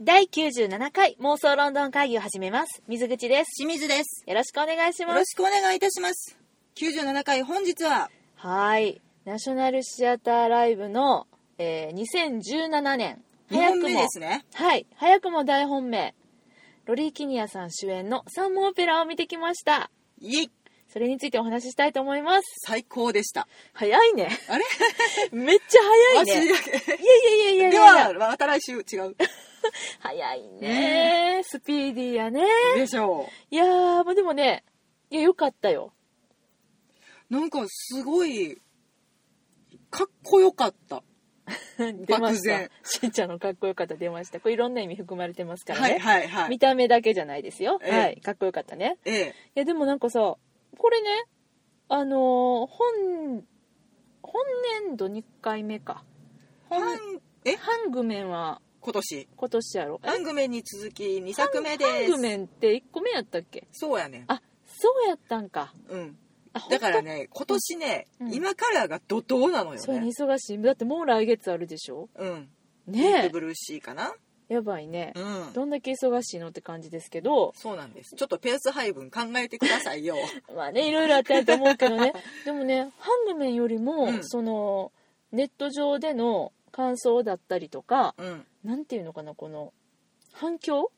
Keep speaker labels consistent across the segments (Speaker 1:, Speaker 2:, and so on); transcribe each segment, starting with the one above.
Speaker 1: 第97回妄想ロンドン会議を始めます。水口です。
Speaker 2: 清水です。
Speaker 1: よろしくお願いし
Speaker 2: よ
Speaker 1: ま
Speaker 2: ろ
Speaker 1: す。
Speaker 2: しくお願いいたします。97回本日は、
Speaker 1: はい。ナショナルシアターライブの、えー2017年。
Speaker 2: 2本目ですね。
Speaker 1: はい。早くも大本命。ロリー・キニアさん主演のサンモオペラを見てきました。
Speaker 2: イエイ
Speaker 1: それについてお話ししたいと思います。
Speaker 2: 最高でした。
Speaker 1: 早いね。
Speaker 2: あれ
Speaker 1: めっちゃ早いね。い
Speaker 2: 私だけ
Speaker 1: やいやいやい
Speaker 2: で
Speaker 1: やいや
Speaker 2: は、また来週違う。
Speaker 1: 早いね。スピーディーやね。
Speaker 2: でしょ
Speaker 1: いやー、まあ、でもね、いや、よかったよ。
Speaker 2: う。なんかすごい、かっこよかった。
Speaker 1: 出ま
Speaker 2: 漠
Speaker 1: した
Speaker 2: 然。
Speaker 1: しんちゃんのかっこよかった出ました。これいろんな意味含まれてますから
Speaker 2: は
Speaker 1: ね。
Speaker 2: いはいはい
Speaker 1: 見。た目だけじゃないですよ。
Speaker 2: ええ
Speaker 1: はい。かっこよかったね。
Speaker 2: ええ。
Speaker 1: いや、でもなんかさ、これね、あのー本、本年度2回目か。
Speaker 2: 本、え
Speaker 1: ハングメンは
Speaker 2: 今年。
Speaker 1: 今年やろ。
Speaker 2: ハングメンに続き2作目で
Speaker 1: ハング
Speaker 2: す。
Speaker 1: メンって1個目やったっけ
Speaker 2: そうやね。
Speaker 1: あ、そうやったんか。
Speaker 2: うん。
Speaker 1: あほんと
Speaker 2: だからね、今年ね
Speaker 1: う、ん
Speaker 2: 今からが怒涛なのよ
Speaker 1: それに
Speaker 2: ね。
Speaker 1: 忙しい。だってもう来月あるでしょ
Speaker 2: うん。
Speaker 1: ね
Speaker 2: ブルーシーかな
Speaker 1: え。やばいね
Speaker 2: う。ん。
Speaker 1: どんだけ忙しいのって感じですけど、
Speaker 2: そうなんです。ちょっとペース配分考えてくださいよ。
Speaker 1: まあね、いろいろあったと思うけど ね。でもね、ハングメンよりも、
Speaker 2: うん
Speaker 1: その、ネット上での感想だったりとか、
Speaker 2: うん。
Speaker 1: なん ていうのかな、この、反響、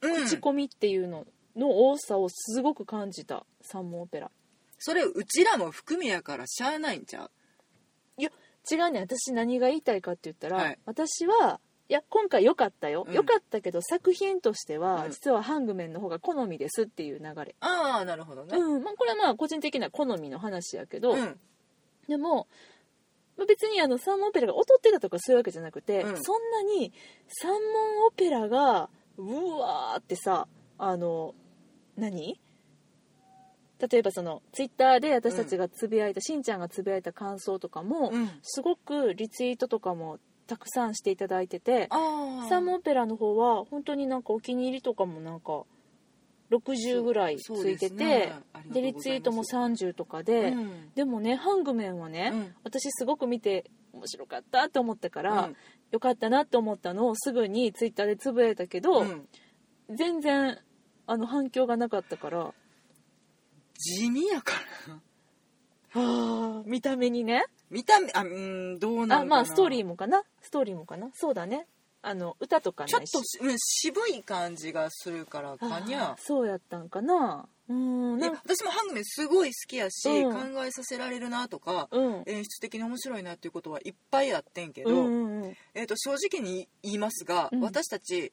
Speaker 2: うん
Speaker 1: 口コミっていうのの多さをすごく感じた、サンモオペラ。
Speaker 2: それうちらも含みやからしゃあないんちゃう
Speaker 1: 違うね、私何が言いたいかって言ったら、
Speaker 2: はい
Speaker 1: 私は、いや、今回良かったよ。
Speaker 2: うん
Speaker 1: 良、かったけど、作品としては、
Speaker 2: うん
Speaker 1: 実はハングメンの方が好みですっていう流れ。
Speaker 2: ああなるほどね
Speaker 1: うん、まあこれはまあ個人的な好みの話やけど、
Speaker 2: うん
Speaker 1: でもまあ別にあの三門オペラが劣ってたとかそういうわけじゃなくて、
Speaker 2: うん
Speaker 1: そんなに三門オペラがうわーってさあの何例えばそのツイッターで私たちがつぶやいた、しんちゃんがつぶやいた感想とかも、
Speaker 2: うん
Speaker 1: すごくリツイートとかもたくさんしていただいてて
Speaker 2: ああ
Speaker 1: 三門オペラの方は本当になんかお気に入りとかもなんか60ぐらいついてて、でリツイートも30とかで、
Speaker 2: うん
Speaker 1: でもねハングメンはね、
Speaker 2: うん
Speaker 1: 私すごく見て面白かったと思ったから、
Speaker 2: うん
Speaker 1: よかったなと思ったのをすぐにツイッターでつぶやいたけど、
Speaker 2: うん
Speaker 1: 全然あの反響がなかったから
Speaker 2: 地味やから
Speaker 1: 見た目にね
Speaker 2: 見た目あうんどうなの
Speaker 1: あ
Speaker 2: かな
Speaker 1: まあストーリ
Speaker 2: ー
Speaker 1: ーもかなストーリーもかなそうだねあの歌とかない
Speaker 2: ちょっと
Speaker 1: し
Speaker 2: し、うん、渋い感じがするからかに
Speaker 1: あ
Speaker 2: ゃ
Speaker 1: ーそうやったんかなうーん
Speaker 2: いや
Speaker 1: なんか
Speaker 2: 私もハングメンすごい好きやし、
Speaker 1: うん
Speaker 2: 考えさせられるなとか、
Speaker 1: うん
Speaker 2: 演出的に面白いなっていうことはいっぱいあってんけ
Speaker 1: う
Speaker 2: ど、
Speaker 1: んうんうん
Speaker 2: えー、と正直に言いますが、
Speaker 1: うん
Speaker 2: 私たち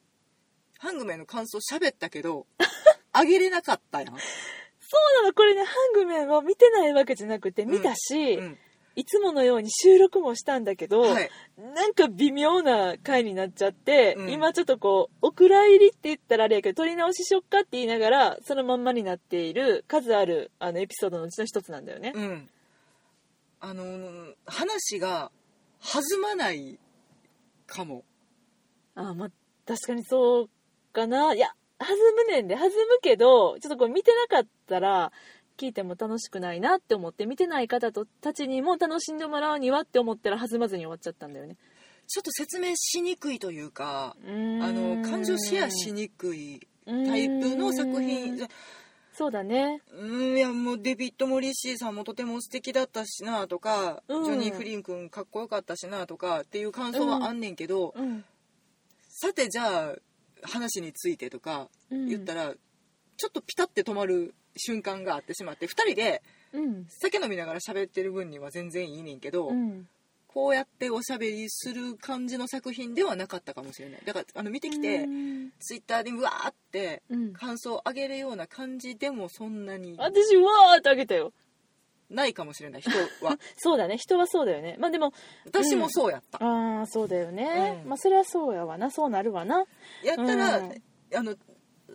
Speaker 2: ハングメンの感想喋った けどあげれなかったやん、
Speaker 1: そうなのこれねハングメンは見てないわけじゃなくて
Speaker 2: ん
Speaker 1: 見たし、
Speaker 2: うん
Speaker 1: いつものように収録もしたんだけど、
Speaker 2: はい、
Speaker 1: なんか微妙な回になっちゃって、
Speaker 2: うん
Speaker 1: 今ちょっとこう、お蔵入りって言ったらあれやけど、取り直ししよっかって言いながら、そのまんまになっている数あるあのエピソードのうちの一つなんだよね。
Speaker 2: うんあのー話が弾まないかも
Speaker 1: ああ、まあ、確かにそうかな。いや、弾むねんで、弾むけど、ちょっとこう見てなかったら、聞いても楽しくないなって思って、見てない方とたちにも楽しんでもらうにはって思ったら弾まずに終わっちゃったんだよね。
Speaker 2: ちょっと説明しにくいというか
Speaker 1: うーん
Speaker 2: あの感情シェアしにくいタイプの作品
Speaker 1: うーんそうだね。
Speaker 2: うんいやもうデビッド・モリシーさんもとても素敵だったしなとか、
Speaker 1: うん
Speaker 2: ジョニー・フリン君かっこよかったしなとかっていう感想はあんねんけど、
Speaker 1: うん。
Speaker 2: さてじゃあ話についてとか
Speaker 1: うん
Speaker 2: 言ったら、ちょっとピタって止まる瞬間があってしまって2人で
Speaker 1: うん。
Speaker 2: 酒飲みながら喋ってる分には全然いいねんけど、
Speaker 1: うん
Speaker 2: こうやっておしゃべりする感じの作品ではなかったかもしれないだからあの見てきて、
Speaker 1: うん
Speaker 2: ツイッターでうわーって
Speaker 1: うん、
Speaker 2: 感想を上げるような感じでもそんなに
Speaker 1: 私わーってあげたよ
Speaker 2: ないかもしれない人は
Speaker 1: そうだね人はそうだよねまあでも
Speaker 2: 私もそうやった、
Speaker 1: ああそうだよね、
Speaker 2: うん
Speaker 1: まあそれはそうやわなそうなるわな
Speaker 2: やったら、
Speaker 1: うん
Speaker 2: あの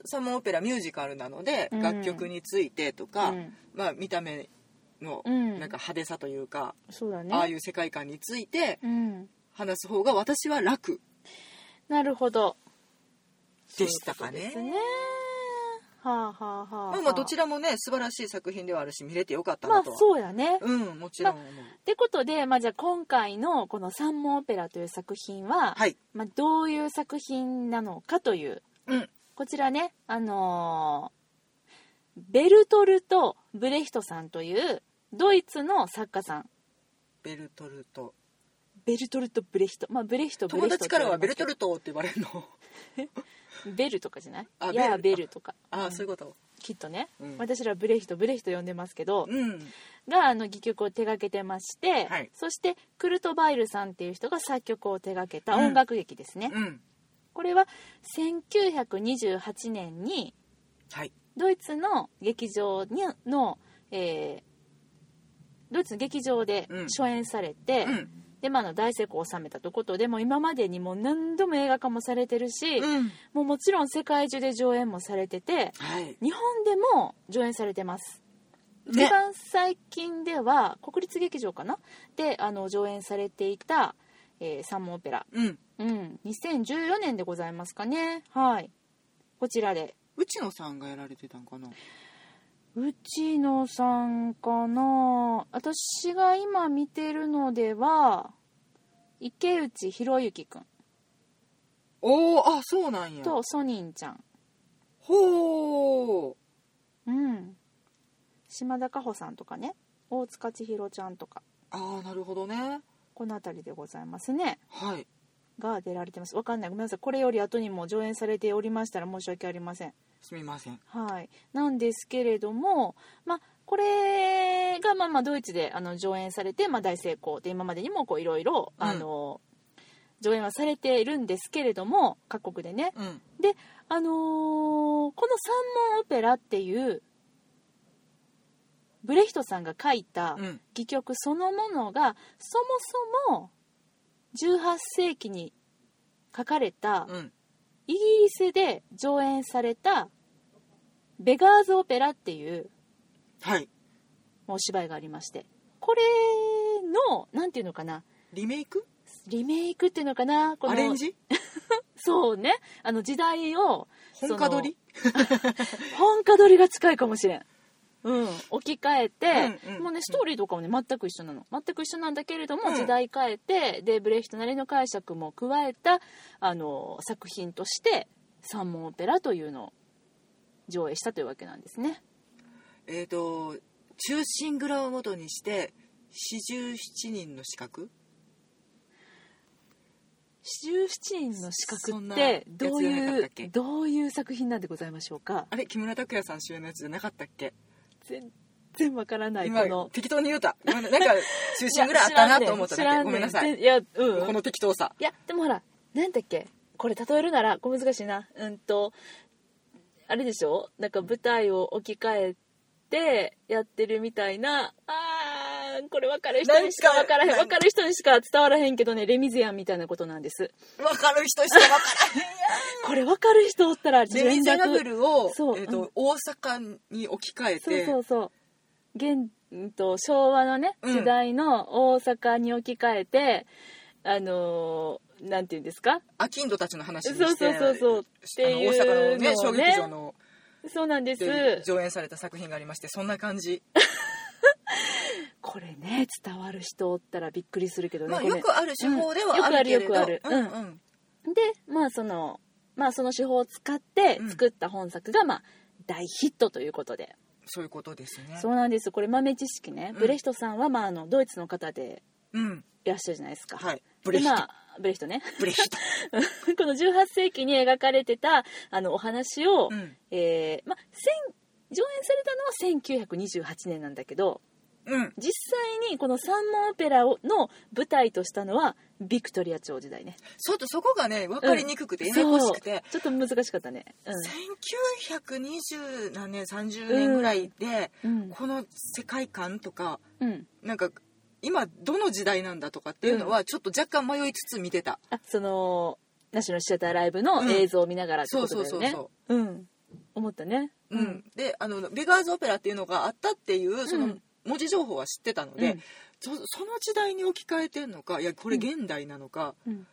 Speaker 2: サモンオペラミュージカルなので、
Speaker 1: うん
Speaker 2: 楽曲についてとか、
Speaker 1: うん
Speaker 2: まあ、見た目の
Speaker 1: うん
Speaker 2: なんか派手さというか、
Speaker 1: そうだね
Speaker 2: ああいう世界観について
Speaker 1: うん、
Speaker 2: 話す方が私は楽
Speaker 1: なるほど
Speaker 2: でしたか
Speaker 1: そういうことです
Speaker 2: ね。
Speaker 1: ねはあはあはあは
Speaker 2: まあまあどちらもね素晴らしい作品ではあるし見れてよかった
Speaker 1: ま
Speaker 2: な
Speaker 1: あ
Speaker 2: とは、
Speaker 1: そうやね、っ
Speaker 2: うんもちろん思う、
Speaker 1: てことで、まあ、じゃあ今回のこの「三門オペラ」という作品は、
Speaker 2: はい
Speaker 1: まあ、どういう作品なのかという
Speaker 2: うん
Speaker 1: こちらねあのーベルトルト・ブレヒトさんというドイツの作家さん
Speaker 2: ベルトルト
Speaker 1: ベルトルト・ブレヒトまあブレヒト・ブレ
Speaker 2: 友
Speaker 1: ヒト
Speaker 2: 達
Speaker 1: って
Speaker 2: から
Speaker 1: 言わ
Speaker 2: は
Speaker 1: れま
Speaker 2: ベル
Speaker 1: すけ
Speaker 2: ト
Speaker 1: ど
Speaker 2: ルトって言われるの
Speaker 1: ベルとかじゃない
Speaker 2: あ
Speaker 1: やや
Speaker 2: ベル
Speaker 1: ベルとか
Speaker 2: ああそういうこと
Speaker 1: きっとね、
Speaker 2: うん
Speaker 1: 私らブレヒトブレヒト呼んでますけど、
Speaker 2: うん
Speaker 1: があの戯曲を手掛けてまして、
Speaker 2: はい
Speaker 1: そしてクルト・バイルさんっていう人が作曲を手掛けた
Speaker 2: うん
Speaker 1: 音楽劇ですね、
Speaker 2: うん
Speaker 1: これは1928年に
Speaker 2: はい
Speaker 1: ドイツの劇場にの、えードイツの劇場で
Speaker 2: うん
Speaker 1: 初演されて、
Speaker 2: うん
Speaker 1: でまああの大成功を収めたということでもう今までにもう何度も映画化もされてるし、
Speaker 2: うん
Speaker 1: もうもちろん世界中で上演もされてて
Speaker 2: はい
Speaker 1: 日本でも上演されてます
Speaker 2: ね
Speaker 1: 一番最近では国立劇場かなであの上演されていた、えー、三門オペラ、
Speaker 2: うん
Speaker 1: うん、2014年でございますかねはいこちらで
Speaker 2: 内野さんがやられてたんかな
Speaker 1: 内野さんかな私が今見てるのでは池内博之くん
Speaker 2: おおあそうなんや
Speaker 1: とソニンちゃん、
Speaker 2: ほう
Speaker 1: うん、島田果歩さんとかね大塚千尋ちゃんとか
Speaker 2: ああなるほどね
Speaker 1: この辺りでございますね
Speaker 2: はい
Speaker 1: が出られてます。わかんない。ごめんなさい。これより後にも上演されておりましたら申し訳ありません。
Speaker 2: すみません
Speaker 1: はい。なんですけれども、まあ、これが、まあまあ、ドイツであの上演されて、まあ、大成功で、今までにもこう、いろいろ、
Speaker 2: うん
Speaker 1: あの、上演はされているんですけれども、各国でね。
Speaker 2: うん
Speaker 1: あのーこの三門オペラっていう、ブレヒトさんが書いた
Speaker 2: うん
Speaker 1: 戯曲そのものが、そもそも18世紀に書かれた、
Speaker 2: うん
Speaker 1: イギリスで上演された「ベガーズ・オペラ」っていう
Speaker 2: はい
Speaker 1: お芝居がありましてこれのなんていうのかな
Speaker 2: リメイク
Speaker 1: リメイクっていうのかなこの
Speaker 2: アレンジ
Speaker 1: そうねあの時代を
Speaker 2: 本家撮り
Speaker 1: 本家撮りが近いかもしれん、うん、置き換えて、
Speaker 2: うんうん
Speaker 1: もうねストーリーとかもね全く一緒なの全く一緒なんだけれども、
Speaker 2: うん
Speaker 1: 時代変えてでブレヒトなりの解釈も加えたあの作品として「三門オペラ」というのを上映したというわけなんですね。
Speaker 2: えっ、と中心蔵をもとにして四十七人の資格
Speaker 1: 17人の資
Speaker 2: そ
Speaker 1: 格
Speaker 2: ん
Speaker 1: っ
Speaker 2: なや
Speaker 1: て
Speaker 2: つ
Speaker 1: どう
Speaker 2: じゃなか
Speaker 1: い
Speaker 2: ったっ
Speaker 1: う
Speaker 2: け
Speaker 1: どういう作品なんでございましょうか
Speaker 2: あれ木村拓哉さん主演のやつじゃなかったっけ
Speaker 1: 全然わからないこ
Speaker 2: 今
Speaker 1: の
Speaker 2: 適当に言うたごめ んななんか中心蔵あったなと思った
Speaker 1: 知ら
Speaker 2: だ
Speaker 1: ね
Speaker 2: けごめんなさい
Speaker 1: 全いやうん
Speaker 2: この適当さ
Speaker 1: いやでもほらなんだっけこれ例えるなら小難しいなうんとあれでしょなんか舞台を置き換えてやってるみたいなあーこれ分かる人にしか
Speaker 2: なん
Speaker 1: 分
Speaker 2: か
Speaker 1: からへん
Speaker 2: なん
Speaker 1: 分かる人にしか伝わらへんけどねレミゼアンみたいなことなんです
Speaker 2: わかる人しかわからへん
Speaker 1: これ分かる人おったら
Speaker 2: レミゼラブルを、
Speaker 1: そう
Speaker 2: えーと
Speaker 1: うん
Speaker 2: 大阪に置き換え
Speaker 1: そう
Speaker 2: て
Speaker 1: そうそう現、うん、と昭和のね
Speaker 2: うん
Speaker 1: 時代の大阪に置き換えて、あのーなんていうんですか
Speaker 2: アキンドたちの話
Speaker 1: そう
Speaker 2: にして
Speaker 1: そうそうそうって
Speaker 2: あの大
Speaker 1: い
Speaker 2: 阪の
Speaker 1: う
Speaker 2: ね
Speaker 1: の
Speaker 2: 小
Speaker 1: を
Speaker 2: 劇
Speaker 1: ね
Speaker 2: 場の
Speaker 1: そうなんで
Speaker 2: です上演された作品がありましてそんな感じ、
Speaker 1: これね伝わる人おったらびっくりするけどね、
Speaker 2: まあ、
Speaker 1: これ
Speaker 2: よくある手法ではあるけれど、
Speaker 1: うんよくあるよくある
Speaker 2: うんうん
Speaker 1: でまあそのまあその手法を使って
Speaker 2: うん
Speaker 1: 作った本作が、まあ大ヒットということで、
Speaker 2: そういうことですね
Speaker 1: そうなんですこれ豆知識ね、
Speaker 2: うん
Speaker 1: ブレヒトさんは、まあ、あのドイツの方で
Speaker 2: うん
Speaker 1: いらっしゃるじゃないですか、
Speaker 2: はい
Speaker 1: ブ
Speaker 2: ブレ
Speaker 1: レ
Speaker 2: ヒ
Speaker 1: ヒ
Speaker 2: ト
Speaker 1: トブレヒトね
Speaker 2: ブレヒト
Speaker 1: この18世紀に描かれてたあのお話を、
Speaker 2: うん
Speaker 1: えーまあ、千上演されたのは1928年なんだけど
Speaker 2: うん
Speaker 1: 実際にこの三門オペラをの舞台としたのはビクトリア朝時代ね
Speaker 2: そうとそこがね分かりにくくて
Speaker 1: そ
Speaker 2: や
Speaker 1: う
Speaker 2: やこしくて、
Speaker 1: ちょっと難しかったね
Speaker 2: 1920何年30年ぐらいで、
Speaker 1: うん
Speaker 2: この世界観とか
Speaker 1: うん、うん、
Speaker 2: なんか今どの時代なんだとかっていうのはちょっと若干迷いつつ見てた、
Speaker 1: あそのナショナルシアターライブの映像を見ながらってことだよね、
Speaker 2: そうそう
Speaker 1: うん思ったね
Speaker 2: うんであのベガーズオペラっていうのがあったっていうそうの
Speaker 1: ん
Speaker 2: 文字情報は知ってたので、そその時代に置き換えてんのかいやこれ現代なのか、
Speaker 1: うん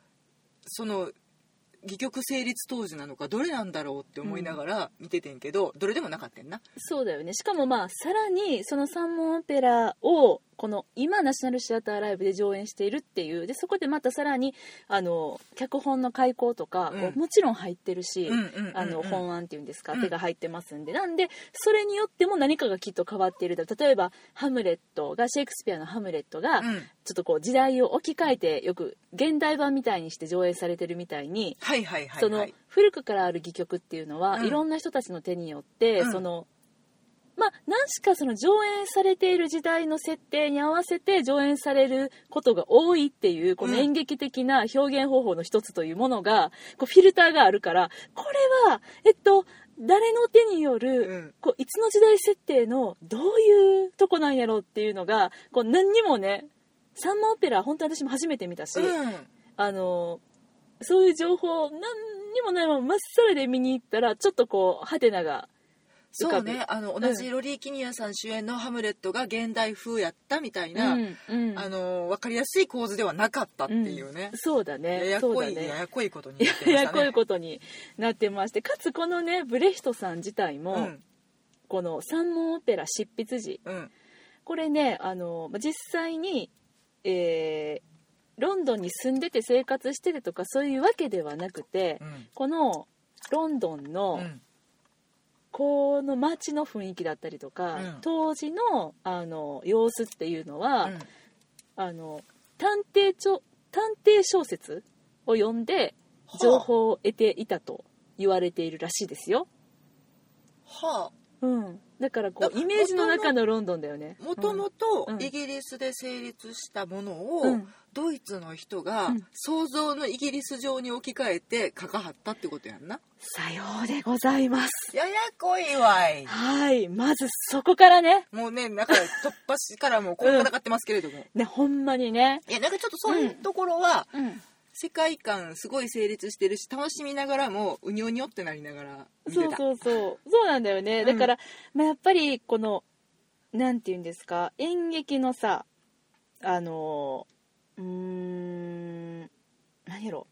Speaker 2: その戯曲成立当時なのかどれなんだろうって思いながら見ててんけど、どれでもなかったんな
Speaker 1: そうだよねしかもまあさらにその三門オペラをこの今ナショナルシアターライブで上演しているっていうでそこでまたさらにあの脚本の開講とか、
Speaker 2: うん
Speaker 1: こうもちろん入ってるし、
Speaker 2: うんうんうんうん
Speaker 1: あの本案っていうんですか、
Speaker 2: うん
Speaker 1: 手が入ってますんでなんでそれによっても何かがきっと変わっているだろう例えば「ハムレット」がシェイクスピアの「ハムレット」が、
Speaker 2: うん
Speaker 1: ちょっとこう時代を置き換えてよく現代版みたいにして上映されてるみたいに、
Speaker 2: はいはいはい
Speaker 1: そ
Speaker 2: は
Speaker 1: の
Speaker 2: い
Speaker 1: 古くからある戯曲っていうのは、
Speaker 2: うん
Speaker 1: いろんな人たちの手によって、
Speaker 2: うん
Speaker 1: そのまあ何しかその上演されている時代の設定に合わせて上演されることが多いっていうこの
Speaker 2: うん
Speaker 1: 演劇的な表現方法の一つというものがこうフィルターがあるからこれはえっと誰の手による、
Speaker 2: うん
Speaker 1: こういつの時代設定のどういうとこなんやろうっていうのがこう何にもね三門オペラ本当に私も初めて見たし、
Speaker 2: うん
Speaker 1: あのそういう情報何にもないまままっさらで見に行ったらちょっとこうハテナが浮
Speaker 2: そ
Speaker 1: か
Speaker 2: う
Speaker 1: ぶ
Speaker 2: ねあの同じロリー・キニアさん主演の「ハムレット」が現代風やったみたいな、
Speaker 1: うんうん
Speaker 2: あの分かりやすい構図ではなかったっていうね
Speaker 1: ん、そうだ
Speaker 2: や
Speaker 1: ね
Speaker 2: や
Speaker 1: そう
Speaker 2: こ
Speaker 1: だ
Speaker 2: い、や
Speaker 1: ね
Speaker 2: やこいことに
Speaker 1: や
Speaker 2: なってましたね
Speaker 1: ややこいことになってましてかつこのねブレヒトさん自体も、
Speaker 2: うん
Speaker 1: この「三門オペラ執筆時」
Speaker 2: うん
Speaker 1: これねあのまあ実際に、えーロンドンに住んでて生活しててとかそういうわけではなくて、
Speaker 2: うん
Speaker 1: このロンドンの、
Speaker 2: うん
Speaker 1: この街の雰囲気だったりとか、
Speaker 2: うん
Speaker 1: 当時のあの様子っていうのは、
Speaker 2: うん
Speaker 1: あの探偵ちょ探偵小説を読んで情報を得ていたと言われているらしいですよ。
Speaker 2: はあ
Speaker 1: うん、だからこ
Speaker 2: だ
Speaker 1: うイメージの中のロンドンだよね。
Speaker 2: もともと
Speaker 1: うん
Speaker 2: イギリスで成立したもの
Speaker 1: う
Speaker 2: を
Speaker 1: ん
Speaker 2: ドイツの人が
Speaker 1: うん
Speaker 2: 想像のイギリス上に置き換えて書かはったってことやんな
Speaker 1: さようでございます。
Speaker 2: ややこいわい
Speaker 1: はい、まずそこからね、
Speaker 2: もうねなんか突破しからもうこう戦ってますけれども、
Speaker 1: ねほんまにね。
Speaker 2: いやなんかちょっとそういうところは
Speaker 1: うん
Speaker 2: 世界観すごい成立してるし楽しみながらもうにょにょってなりながら見
Speaker 1: そ
Speaker 2: て
Speaker 1: う
Speaker 2: た
Speaker 1: そうそうそうなんだよね、
Speaker 2: うん
Speaker 1: だから、まあ、やっぱりこのなんて言うんですか演劇のさあのうーん何やろ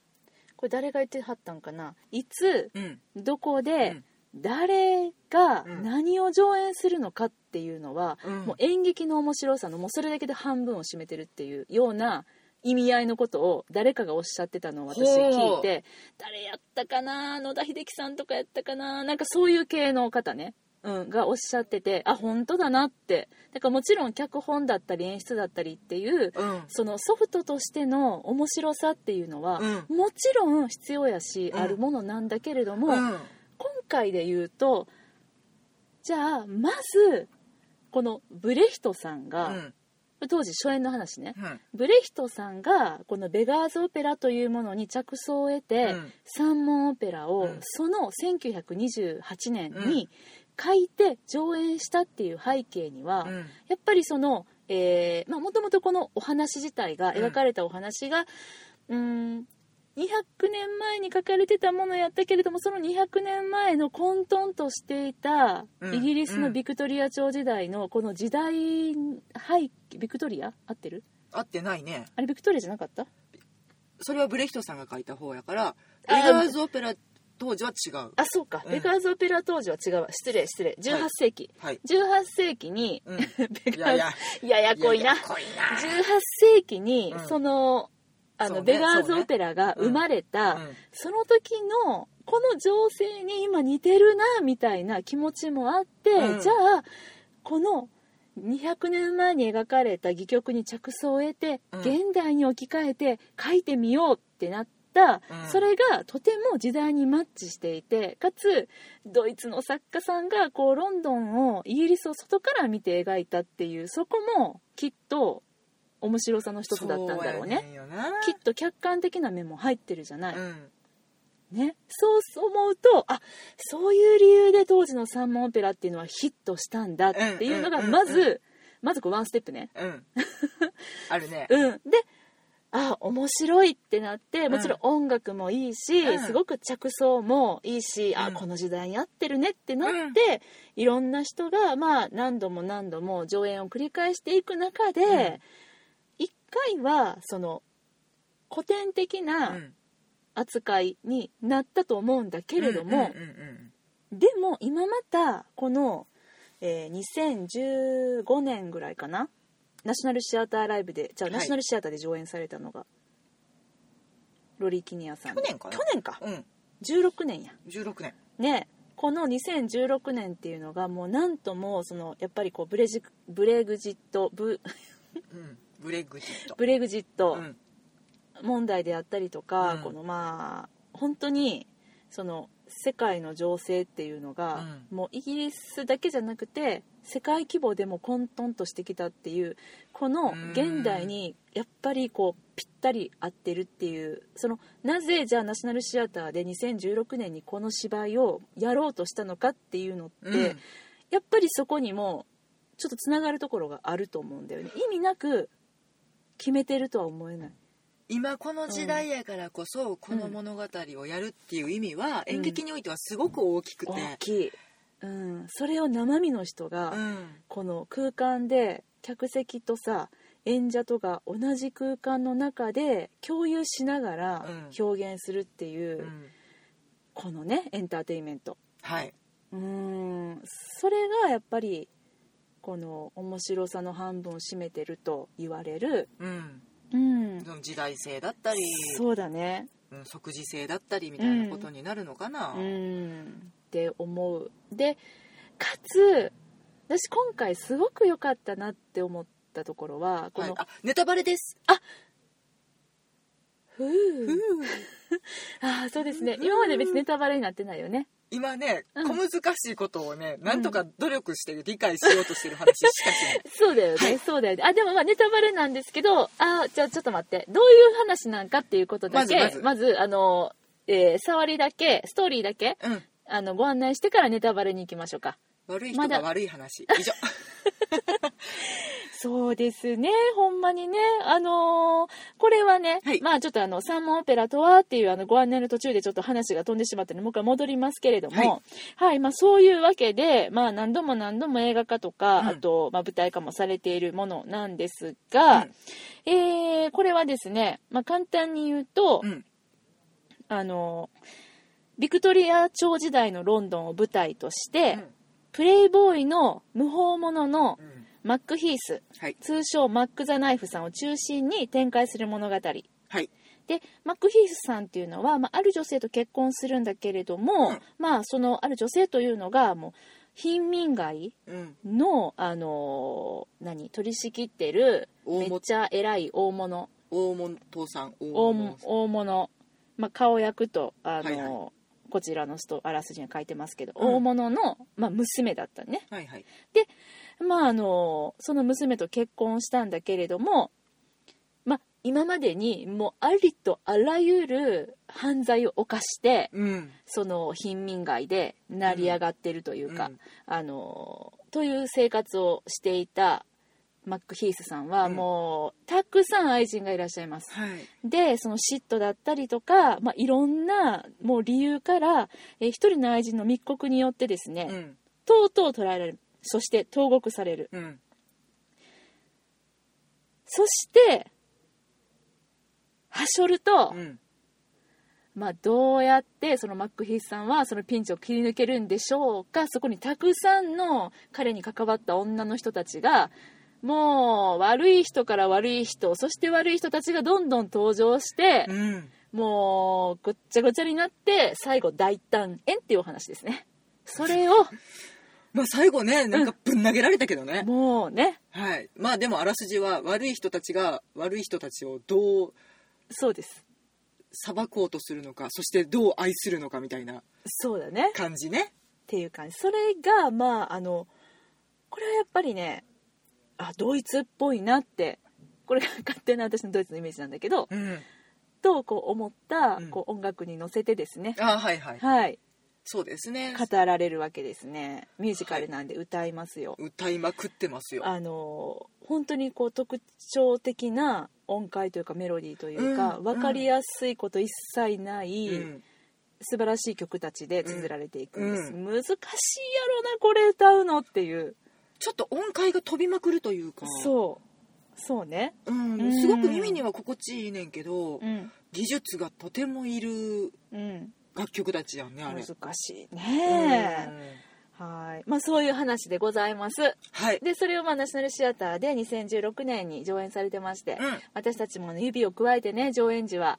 Speaker 1: これ誰が言ってはったんかないつ
Speaker 2: うん
Speaker 1: どこで、誰が
Speaker 2: うん
Speaker 1: 何を上演するのかっていうのは、
Speaker 2: うん
Speaker 1: もう演劇の面白さのもうそれだけで半分を占めてるっていうような意味合いのことを誰かがおっしゃってたのを私聞いて誰やったかな野田秀樹さんとかやったかななんかそういう系の方ね、うん、がおっしゃっててあ本当だなってだからもちろん脚本だったり演出だったりっていう
Speaker 2: うん
Speaker 1: そのソフトとしての面白さっていうのは、
Speaker 2: う
Speaker 1: もちろん必要やし、
Speaker 2: うん
Speaker 1: あるものなんだけれども、
Speaker 2: うん
Speaker 1: 今回で言うとじゃあまずこのブレヒトさん
Speaker 2: う
Speaker 1: が、
Speaker 2: ん
Speaker 1: 当時初演の話ね
Speaker 2: うん
Speaker 1: ブレヒトさんがこのベガーズ・オペラというものに着想を得て、
Speaker 2: うん
Speaker 1: 三門オペラ
Speaker 2: う
Speaker 1: を
Speaker 2: ん
Speaker 1: その1928年に書いて上演したっていう背景には、
Speaker 2: うん
Speaker 1: やっぱりその、えーまあ、もともとこのお話自体が
Speaker 2: ん
Speaker 1: 描かれたお話が、うーん、200年前に書かれてたものやったけれどもその200年前の混沌としていた
Speaker 2: うん
Speaker 1: イギリスのビクトリア朝時代のこの時代背景ビクトリア合ってる
Speaker 2: 合ってないね
Speaker 1: あれビクトリアじゃなかった
Speaker 2: それはブレヒトさんが書いた方やから
Speaker 1: あ
Speaker 2: ベガーズオペラ当時は違う
Speaker 1: あそうか、
Speaker 2: うん
Speaker 1: ベガーズ・オペラ当時は違うわ失礼失礼
Speaker 2: はい
Speaker 1: 18世紀、
Speaker 2: はい
Speaker 1: 18世紀 に、
Speaker 2: うん
Speaker 1: ベ
Speaker 2: いやいや
Speaker 1: ややこいな
Speaker 2: ややこいな
Speaker 1: 18世紀に、
Speaker 2: うん
Speaker 1: そのあの
Speaker 2: そうね
Speaker 1: ベガーズ・オペラが生まれたそ,、
Speaker 2: うんうん
Speaker 1: の時のこの情勢に今似てるなみたいな気持ちもあって、
Speaker 2: うん
Speaker 1: じゃあこの200年前に描かれた戯曲に着想を得て、
Speaker 2: うん
Speaker 1: 現代に置き換えて書いてみようってなった、
Speaker 2: うん
Speaker 1: それがとても時代にマッチしていてかつドイツの作家さんがこうロンドンをイギリスを外から見て描いたっていうそこもきっと面白さの一つだったんだろうね
Speaker 2: そうやんよな
Speaker 1: きっと客観的な面も入ってるじゃない、
Speaker 2: うん
Speaker 1: ねそう思うとあそういう理由で当時の三門オペラっていうのはヒットしたんだっていうのが
Speaker 2: うんうんうんう
Speaker 1: ま
Speaker 2: ん
Speaker 1: ずまずこうワンステップね
Speaker 2: うん あるね
Speaker 1: うん、であ面白いってなって
Speaker 2: ん
Speaker 1: もちろん音楽もいいし、
Speaker 2: うん
Speaker 1: すごく着想もいいし、
Speaker 2: う
Speaker 1: あ
Speaker 2: ん
Speaker 1: この時代に合ってるねってなって、いろんな人が、まあ、何度も何度も上演を繰り返していく中で、一1回はその古典的な、
Speaker 2: うん
Speaker 1: 扱いになったと思うんだけれども、
Speaker 2: うんうんうん
Speaker 1: でも今またこの、えー2015年ぐらいかなナショナルシアターライブでじゃあ、
Speaker 2: はい
Speaker 1: ナショナルシアターで上演されたのがロリー・キニアさんの
Speaker 2: 去年かな
Speaker 1: 去年か
Speaker 2: うんうん
Speaker 1: 16年や
Speaker 2: 16年
Speaker 1: ねこの2016年っていうのがもうなんともそのやっぱりこうブレジブレグジットブ
Speaker 2: うんブレグジット
Speaker 1: ブレグジット
Speaker 2: うん
Speaker 1: 問題であったりとか、
Speaker 2: うん
Speaker 1: このまあ本当にその世界の情勢っていうのが、もうイギリスだけじゃなくて世界規模でも混沌としてきたっていうこの
Speaker 2: うん
Speaker 1: 現代にやっぱりこうぴったり合ってるっていうそのなぜじゃあナショナルシアターで2016年にこの芝居をやろうとしたのかっていうのって、
Speaker 2: うん
Speaker 1: やっぱりそこにもちょっとつながるところがあると思うんだよね意味なく決めてるとは思えない。
Speaker 2: 今この時代やからこそこの物語をやるっていう意味は
Speaker 1: うん
Speaker 2: 演劇においてはすごく大きくて
Speaker 1: 大きい、うん、それを生身の人が、
Speaker 2: うん
Speaker 1: この空間で客席とさ演者とが同じ空間の中で共有しながら
Speaker 2: う
Speaker 1: 表現するっていう、
Speaker 2: うん
Speaker 1: このねエンターテインメント
Speaker 2: はい、
Speaker 1: うーんそれがやっぱりこの面白さの半分を占めてると言われる、
Speaker 2: うん、
Speaker 1: うん、
Speaker 2: その時代性だったり
Speaker 1: そうだね
Speaker 2: うん即時性だったりみたいなことになるのかな、
Speaker 1: うんって思うでかつ私今回すごく良かったなって思ったところはこ
Speaker 2: はい
Speaker 1: の、、
Speaker 2: あネタバレです、
Speaker 1: ふうああそうですね
Speaker 2: うん
Speaker 1: 今まで別にネタバレになってないよね
Speaker 2: 今ね
Speaker 1: うん
Speaker 2: 小難しいことをね、なんとか努力して理解しようとしてる話しかしない
Speaker 1: そうだよね、
Speaker 2: はい
Speaker 1: そうだよねあでもまあネタバレなんですけどあーじゃあちょっと待ってどういう話なんかっていうことだけ
Speaker 2: まずまず
Speaker 1: あの、えー触りだけストーリーだけ
Speaker 2: うん
Speaker 1: あのご案内してからネタバレに行きましょうか
Speaker 2: 悪い
Speaker 1: ま
Speaker 2: 人
Speaker 1: だ
Speaker 2: が悪い話、 以上
Speaker 1: そうですねほんまにねあのーこれはね、
Speaker 2: はい
Speaker 1: まあちょっとあの「三門オペラとは」っていうあのご案内の途中でちょっと話が飛んでしまったのでもう一回戻りますけれどもはい、まあ、そういうわけで、まあ、何度も何度も映画化とか、
Speaker 2: うん
Speaker 1: あと、まあ、舞台化もされているものなんですが、えーこれはですね、まあ、簡単に言うと、
Speaker 2: うん
Speaker 1: あのビクトリア朝時代のロンドンを舞台として、
Speaker 2: うん
Speaker 1: プレイボーイの無法者の
Speaker 2: うん
Speaker 1: マック・ヒース
Speaker 2: はい
Speaker 1: 通称マック・ザ・ナイフさんを中心に展開する物語で
Speaker 2: はい
Speaker 1: マック・ヒースさんっていうのは、まあ、ある女性と結婚するんだけれども、
Speaker 2: うん
Speaker 1: まあそのある女性というのがもう貧民街
Speaker 2: うん
Speaker 1: の、あのー何取り仕切ってる
Speaker 2: 大
Speaker 1: めっ
Speaker 2: 物
Speaker 1: ちゃ偉い大物
Speaker 2: 大物父さん大
Speaker 1: 大
Speaker 2: 物
Speaker 1: 大物、まあ、顔役と、あのー
Speaker 2: はいは
Speaker 1: こちらのストあらすじには書いてますけど、
Speaker 2: うん
Speaker 1: 大物の、まあ、娘だったね。
Speaker 2: はいはい
Speaker 1: まああのその娘と結婚したんだけれども、まあ、今までにもうありとあらゆる犯罪を犯して
Speaker 2: うん
Speaker 1: その貧民街で成り上がってるというか、あのという生活をしていたマック・ヒースさんは
Speaker 2: うん
Speaker 1: もう、たくさん愛人がいらっしゃいます。
Speaker 2: はい
Speaker 1: でその嫉妬だったりとか、まあ、いろんなもう理由から、えー一人の愛人の密告によってですね、
Speaker 2: うん
Speaker 1: とうとう捕らえられるそして投獄される。
Speaker 2: うん
Speaker 1: そして、はしょると、
Speaker 2: うん
Speaker 1: まあどうやってそのマックヒースさんはそのピンチを切り抜けるんでしょうかそこにたくさんの彼に関わった女の人たちがもう悪い人から悪い人そして悪い人たちがどんどん登場して、
Speaker 2: うん
Speaker 1: もうごっちゃごちゃになって最後大胆円っていうお話ですねそれを
Speaker 2: まあ最後ねなんかぶん投げられたけどね、
Speaker 1: もうね
Speaker 2: はいまあでもあらすじは悪い人たちが悪い人たちをどう
Speaker 1: そうです
Speaker 2: 裁こうとするのかそしてどう愛するのかみたいな
Speaker 1: そうだね
Speaker 2: 感じね
Speaker 1: っていう感じそれがまああのこれはやっぱりねあドイツっぽいなってこれが勝手な私のドイツのイメージなんだけど
Speaker 2: うん
Speaker 1: とこう思った
Speaker 2: うん
Speaker 1: こう音楽に乗せてですね、
Speaker 2: あはいはい
Speaker 1: はい
Speaker 2: そうですね
Speaker 1: 語られるわけですねミュージカルなんで歌いますよ、
Speaker 2: 歌いまくってますよ
Speaker 1: あの本当にこう特徴的な音階というかメロディーというか、
Speaker 2: うん
Speaker 1: 分かりやすいこと一切ない、
Speaker 2: うん
Speaker 1: 素晴らしい曲たちで綴られていくんです、
Speaker 2: う
Speaker 1: 難しいやろなこれ歌うのっていう
Speaker 2: ちょっと音階が飛びまくるというか
Speaker 1: そうそうね
Speaker 2: うん、すごく耳には心地いいねんけど、
Speaker 1: うん
Speaker 2: 技術がとてもいる
Speaker 1: うん
Speaker 2: 楽曲たちやんねあれ
Speaker 1: 難しいねはいまあそういう話でございます
Speaker 2: はい、
Speaker 1: でそれをまあナショナルシアターで2016年に上演されてまして、
Speaker 2: うん
Speaker 1: 私たちも、ね、指を加えてね上演時は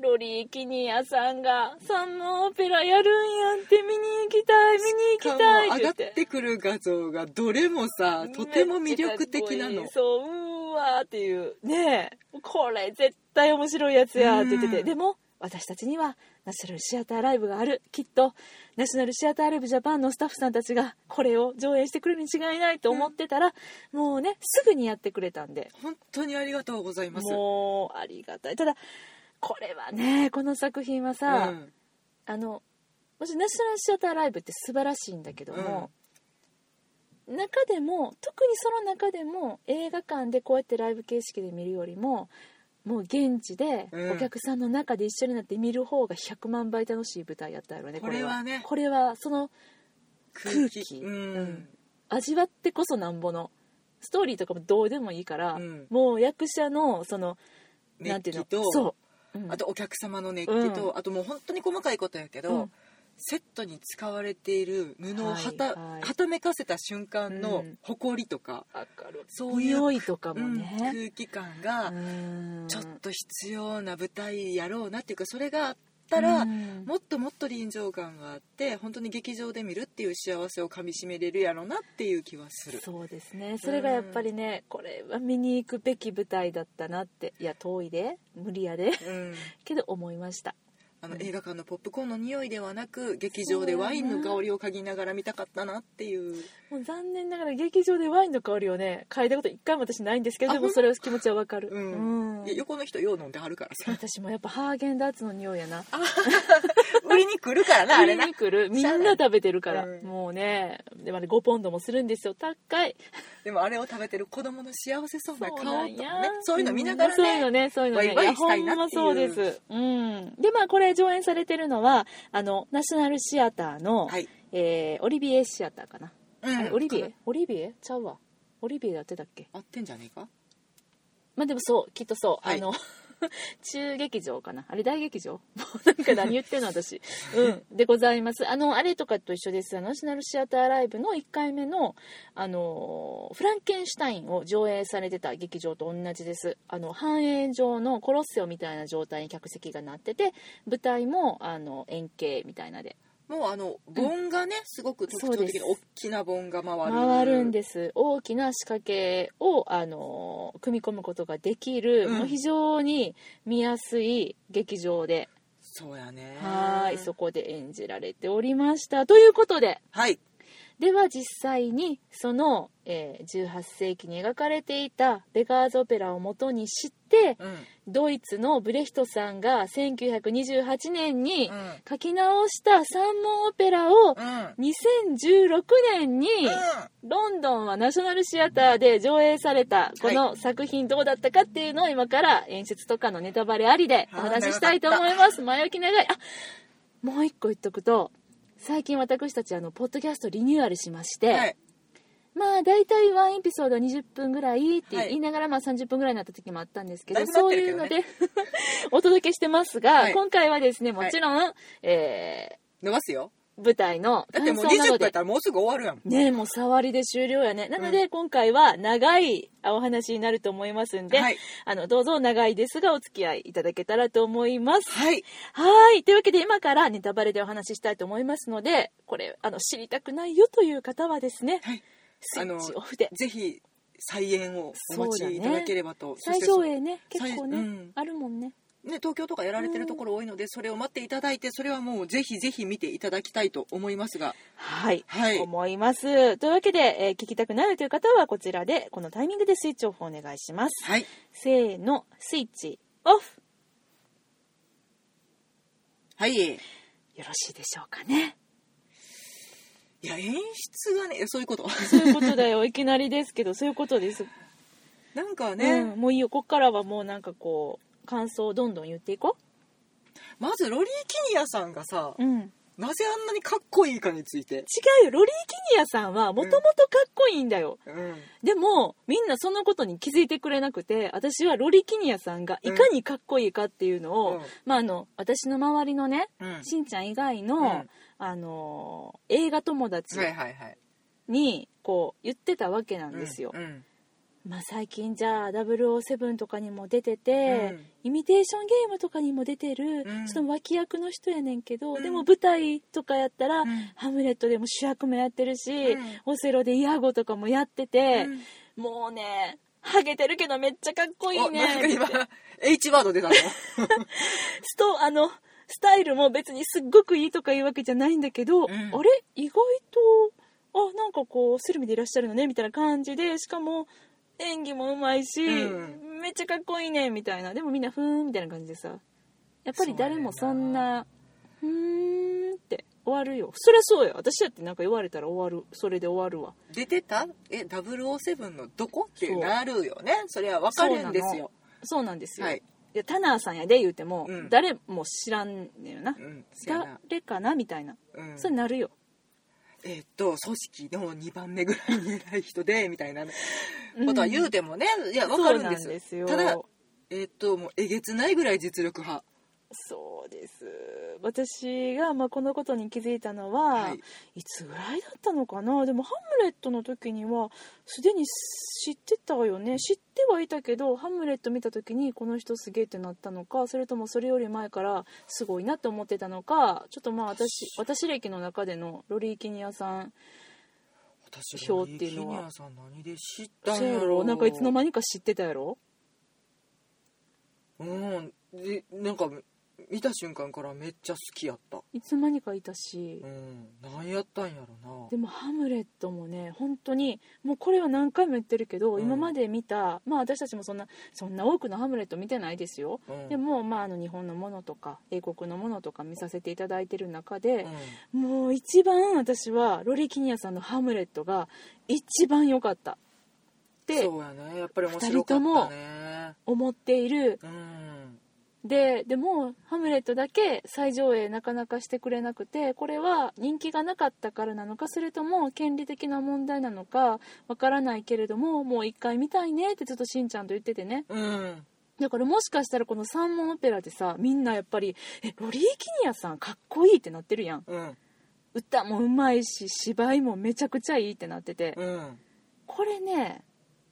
Speaker 1: ロリー・キニアさんが「サンマオペラやるんやんって見に行きたい見に行きたい」って言
Speaker 2: 上が
Speaker 1: っ
Speaker 2: っててくる画像がどれもさとても魅力的な
Speaker 1: め
Speaker 2: の
Speaker 1: っちゃかっこいいそううーわーっていうねえこれ絶対面白いやつやって言ってて、
Speaker 2: うん
Speaker 1: でも私たちにはナショナルシアターライブがあるきっとナショナルシアターライブジャパンのスタッフさんたちがこれを上演してくれるに違いないと思ってたら、もうねすぐにやってくれたんで
Speaker 2: 本当にありがとうございます
Speaker 1: もうありがたいただこれはねこの作品はさ、
Speaker 2: うん
Speaker 1: あのもしナショナルシアターライブって素晴らしいんだけども、中でも特にその中でも映画館でこうやってライブ形式で見るよりももう現地で
Speaker 2: うん
Speaker 1: お客さんの中で一緒になって見る方が100万倍楽しい舞台やったやろね
Speaker 2: これはね
Speaker 1: これはその空気
Speaker 2: うん、
Speaker 1: うん味わってこそなんぼのストーリーとかもどうでもいいから、
Speaker 2: うん
Speaker 1: もう役者のそのなん
Speaker 2: 熱
Speaker 1: ていう
Speaker 2: 気
Speaker 1: の
Speaker 2: と
Speaker 1: そう、うん
Speaker 2: あとお客様の熱気と、
Speaker 1: う
Speaker 2: あともう本当に細かいことやけ
Speaker 1: う
Speaker 2: ど、
Speaker 1: ん
Speaker 2: セットに使われている布をはた,、
Speaker 1: はいはい
Speaker 2: はためかせた瞬間
Speaker 1: う
Speaker 2: の
Speaker 1: ん
Speaker 2: 埃とか、
Speaker 1: わかる
Speaker 2: そういう
Speaker 1: 匂いとか
Speaker 2: う
Speaker 1: も
Speaker 2: ん
Speaker 1: ね、
Speaker 2: 空気感が
Speaker 1: うん
Speaker 2: ちょっと必要な舞台やろうなっていうかそれがあったら、
Speaker 1: うん
Speaker 2: もっともっと臨場感があって本当に劇場で見るっていう幸せをかみしめれるやろうなっていう気はする。
Speaker 1: そうですねそれがやっぱりね、これは見に行くべき舞台だったなっていや遠いで無理やで
Speaker 2: うん
Speaker 1: けど思いました
Speaker 2: あの
Speaker 1: うん
Speaker 2: 映画館のポップコーンの匂いではなく劇場でワインの香りを嗅ぎながら見たかったなっていう
Speaker 1: もう残念ながら劇場でワインの香りをね嗅いだこと一回も私ないんですけど
Speaker 2: あ
Speaker 1: でもそれは気持ちはわかる
Speaker 2: うん
Speaker 1: うん
Speaker 2: いや横の人よう飲んではるから さ
Speaker 1: 私もやっぱハーゲンダーツの匂いやな
Speaker 2: 売りに来るからなあれな
Speaker 1: 上に来るみんな食べてるから、
Speaker 2: うん
Speaker 1: もうねでもあれ5ポンドもするんですよ高い
Speaker 2: でもあれを食べてる子供の幸せそうな
Speaker 1: そう
Speaker 2: 顔と
Speaker 1: な
Speaker 2: か
Speaker 1: ん
Speaker 2: ね
Speaker 1: や
Speaker 2: そういうの見ながら
Speaker 1: うんそういうの
Speaker 2: ね
Speaker 1: ねそういうのね
Speaker 2: ワイワイしたいなっていう
Speaker 1: やほんまそうですうんでまあこれ上演されてるのはあのナショナルシアターの、
Speaker 2: はい
Speaker 1: えーオリビエシアターかな、
Speaker 2: うん
Speaker 1: あれオリビ
Speaker 2: かな
Speaker 1: エオリビエちゃうわオリビエだってたっけ
Speaker 2: 合ってんじゃねえか
Speaker 1: まあでもそうきっとそう、
Speaker 2: はい
Speaker 1: あの 中劇場かなあれ大劇場も うなんか何言ってんの私うんでございますあのあれとかと一緒ですあのナショナルシアターライブの1回目のあのフランケンシュタインを上映されてた劇場と同じですあの半円状のコロッセオみたいな状態に客席がなってて舞台もあの円形みたいなで
Speaker 2: もうあの盆がねすごく特徴的な
Speaker 1: そう
Speaker 2: 大きな盆が回る
Speaker 1: 回るんです大きな仕掛けをあの組み込むことができる、
Speaker 2: うん
Speaker 1: もう非常に見やすい劇場で
Speaker 2: そうやね
Speaker 1: はい、そこで演じられておりました。ということで、
Speaker 2: はい
Speaker 1: では実際にその、えー18世紀に描かれていたベガーズ・オペラを元に知って、
Speaker 2: うんうん
Speaker 1: ドイツのブレヒトさんが1928年に書き直した三門オペラを
Speaker 2: うん
Speaker 1: 2016年にロンドンはナショナルシアターで上映されたこの作品どうだったかっていうのを今から演出とかのネタバレありでお話ししたいと思います前置き長いあもう一個言っとくと最近私たちあのポッドキャストリニューアルしまして、
Speaker 2: うんはい
Speaker 1: まあ大体ワンエピソードは20分ぐらいって
Speaker 2: はい
Speaker 1: 言いながらまあ30分ぐらいになった時もあったんですけど
Speaker 2: だいぶなっ
Speaker 1: そう
Speaker 2: てる
Speaker 1: い
Speaker 2: け
Speaker 1: う
Speaker 2: ど
Speaker 1: の
Speaker 2: ね
Speaker 1: で お届けしてますが、
Speaker 2: はい
Speaker 1: 今回はですねもちろん、え
Speaker 2: 伸ばすよ
Speaker 1: ー舞台の
Speaker 2: だって
Speaker 1: 感
Speaker 2: も
Speaker 1: 想
Speaker 2: う
Speaker 1: など
Speaker 2: 20分やっ
Speaker 1: で
Speaker 2: たらもうすぐ終わるやん
Speaker 1: ねえもう触りで終了やねなので今回は長いお話になると思いますんで、
Speaker 2: はい
Speaker 1: あのどうぞ長いですがお付き合いいただけたらと思います
Speaker 2: はい
Speaker 1: はいというわけで今からネタバレでお話ししたいと思いますのでこれあの知りたくないよという方はですね
Speaker 2: はい
Speaker 1: スイッチオフで
Speaker 2: ぜひ再演をお待ちいただければと、
Speaker 1: 最
Speaker 2: そ
Speaker 1: 上
Speaker 2: して
Speaker 1: 映ね
Speaker 2: 最
Speaker 1: 結構ね、
Speaker 2: うん
Speaker 1: あるもんね
Speaker 2: ね、東京とかやられてるところ多いので、それを待っていただいてそれはもうぜひぜひ見ていただきたいと思いますが
Speaker 1: はい、
Speaker 2: はい
Speaker 1: 思いますというわけで、えー聞きたくなるという方はこちらでこのタイミングでスイッチオフお願いします、
Speaker 2: はい
Speaker 1: せーのスイッチオフ
Speaker 2: はいい
Speaker 1: よろしいでしょうかね
Speaker 2: や演出がねそういうこと
Speaker 1: そういうことだよいきなりですけどそういうことです、
Speaker 2: なんかね、
Speaker 1: うん、もういいよこっからはもうなんかこう感想をどんどん言っていこ
Speaker 2: まずロリー・キニアさんがさ
Speaker 1: ううん
Speaker 2: 「なぜあんなにかっこいいかについて、
Speaker 1: 違うよロリー・キニアさんはもともとかっこいいんだよ、
Speaker 2: うん、
Speaker 1: でもみんなそのことに気づいてくれなくて私はロリ・キニアさんがいかにかっこいいかっていうのを、
Speaker 2: うん
Speaker 1: まあ、あの私の周りのね
Speaker 2: うん、は
Speaker 1: しんちゃん以外の、
Speaker 2: うん
Speaker 1: あのー映画友達
Speaker 2: いはいはい
Speaker 1: にこう言ってたわけなんですよ、
Speaker 2: うん
Speaker 1: まあ、最近じゃあ007とかにも出てて、
Speaker 2: うん
Speaker 1: イミテーションゲームとかにも出てる、
Speaker 2: うん
Speaker 1: その脇役の人やねんけど、
Speaker 2: うん
Speaker 1: でも舞台とかやったら、
Speaker 2: うん
Speaker 1: ハムレットでも主役もやってるし、
Speaker 2: うん
Speaker 1: オセロでイアゴとかもやってて、もうねハゲてるけどめっちゃかっこいい
Speaker 2: おなんか
Speaker 1: ね
Speaker 2: 今 H ワード出たの
Speaker 1: ストあのスタイルも別にすっごくいいとかいうわけじゃないんだけど、
Speaker 2: ん
Speaker 1: あれ意外とあなんかこうスルミでいらっしゃるのねみたいな感じでしかも演技もうまいし、
Speaker 2: う
Speaker 1: めっちゃかっこいいねみたいなでもみんなふーんみたいな感じでさやっぱり誰もそんなふーんって終わるよそりゃそうや私だってなんか言われたら終わるそれで終わるわ
Speaker 2: 出てたえ007のどこって
Speaker 1: そう
Speaker 2: なるよねそれは分かるんですよ
Speaker 1: そうなんですよ、
Speaker 2: はいい、
Speaker 1: やタナーさんやで言うても、
Speaker 2: うん
Speaker 1: 誰も知らんねよな
Speaker 2: うんせやな、
Speaker 1: 誰かなみたいな、
Speaker 2: うん、
Speaker 1: それなるよ
Speaker 2: えっと組織の2番目ぐらいに偉い人でみたいなことは言うてもね、いや分かるんです
Speaker 1: そうなんですよ
Speaker 2: ただえっともうえげつないぐらい実力派
Speaker 1: そうです私がまあこのことに気づいたのは、
Speaker 2: はい
Speaker 1: い、つぐらいだったのかなでも「ハムレット」の時にはすでに知ってたよね知ってはいたけど「ハムレット」見た時にこの人すげえってなったのかそれともそれより前からすごいなって思ってたのかちょっとまあ私私歴の中でのロリー・キニアさん
Speaker 2: 私
Speaker 1: 票っていうのは
Speaker 2: ロリーキニアさん何で知った
Speaker 1: そ
Speaker 2: ん
Speaker 1: う
Speaker 2: や
Speaker 1: や
Speaker 2: ろ
Speaker 1: ろなんかいつの間にか知ってたやろ
Speaker 2: うんでなんか見た瞬間からめっちゃ好きやった
Speaker 1: いつの間にかいたし、
Speaker 2: うん何やったんやろ
Speaker 1: でも「ハムレット」もね本当にもうこれは何回も言ってるけど、
Speaker 2: うん
Speaker 1: 今まで見たまあ私たちもそんなそんな多くの「ハムレット」見てないですよ、
Speaker 2: な、うん、
Speaker 1: でもまああの日本のものとか英国のものとか見させていただいてる中で、
Speaker 2: う
Speaker 1: もう一番私はロリキニアさんの「ハムレット」が一番良かったっ
Speaker 2: ん、
Speaker 1: て
Speaker 2: そうやねやっぱり面白かったね
Speaker 1: 思っている
Speaker 2: うん
Speaker 1: ででも「ハムレット」だけ再上映なかなかしてくれなくてこれは人気がなかったからなのかそれとも権利的な問題なのかわからないけれどももう一回見たいねってちょっとしんちゃんと言っててね
Speaker 2: うん
Speaker 1: だからもしかしたらこの三問オペラでさみんなやっぱり「えロリー・キニアさんかっこいい」ってなってるやん
Speaker 2: うん
Speaker 1: 歌もうまいし芝居もめちゃくちゃいいってなってて
Speaker 2: うん
Speaker 1: これね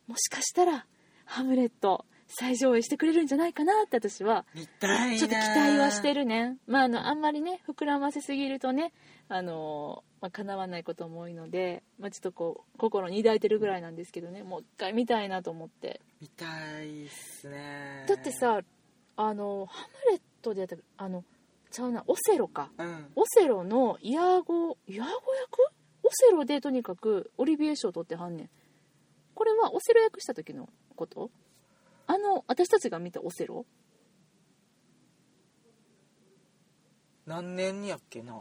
Speaker 1: もしかしたら「ハムレット」再上映してくれるんじゃないかなって私は
Speaker 2: 見たいね
Speaker 1: ちょっと期待はしてるね。まあ、あの、あんまりね、膨らませすぎるとね、あのー、まあ、叶わないことも多いので、まあ、ちょっとこう、心に抱いてるぐらいなんですけどね、もう一回見たいなと思って。
Speaker 2: 見たいっすね
Speaker 1: だってさ、あの、ハムレットでやった、あの、ちゃうな、オセロか。
Speaker 2: うん
Speaker 1: オセロのイヤーゴ、イヤーゴ役オセロでとにかくオリビエ賞取ってはんねん。これはオセロ役した時のことあの、私たちが見たオセロ
Speaker 2: 何年やっけな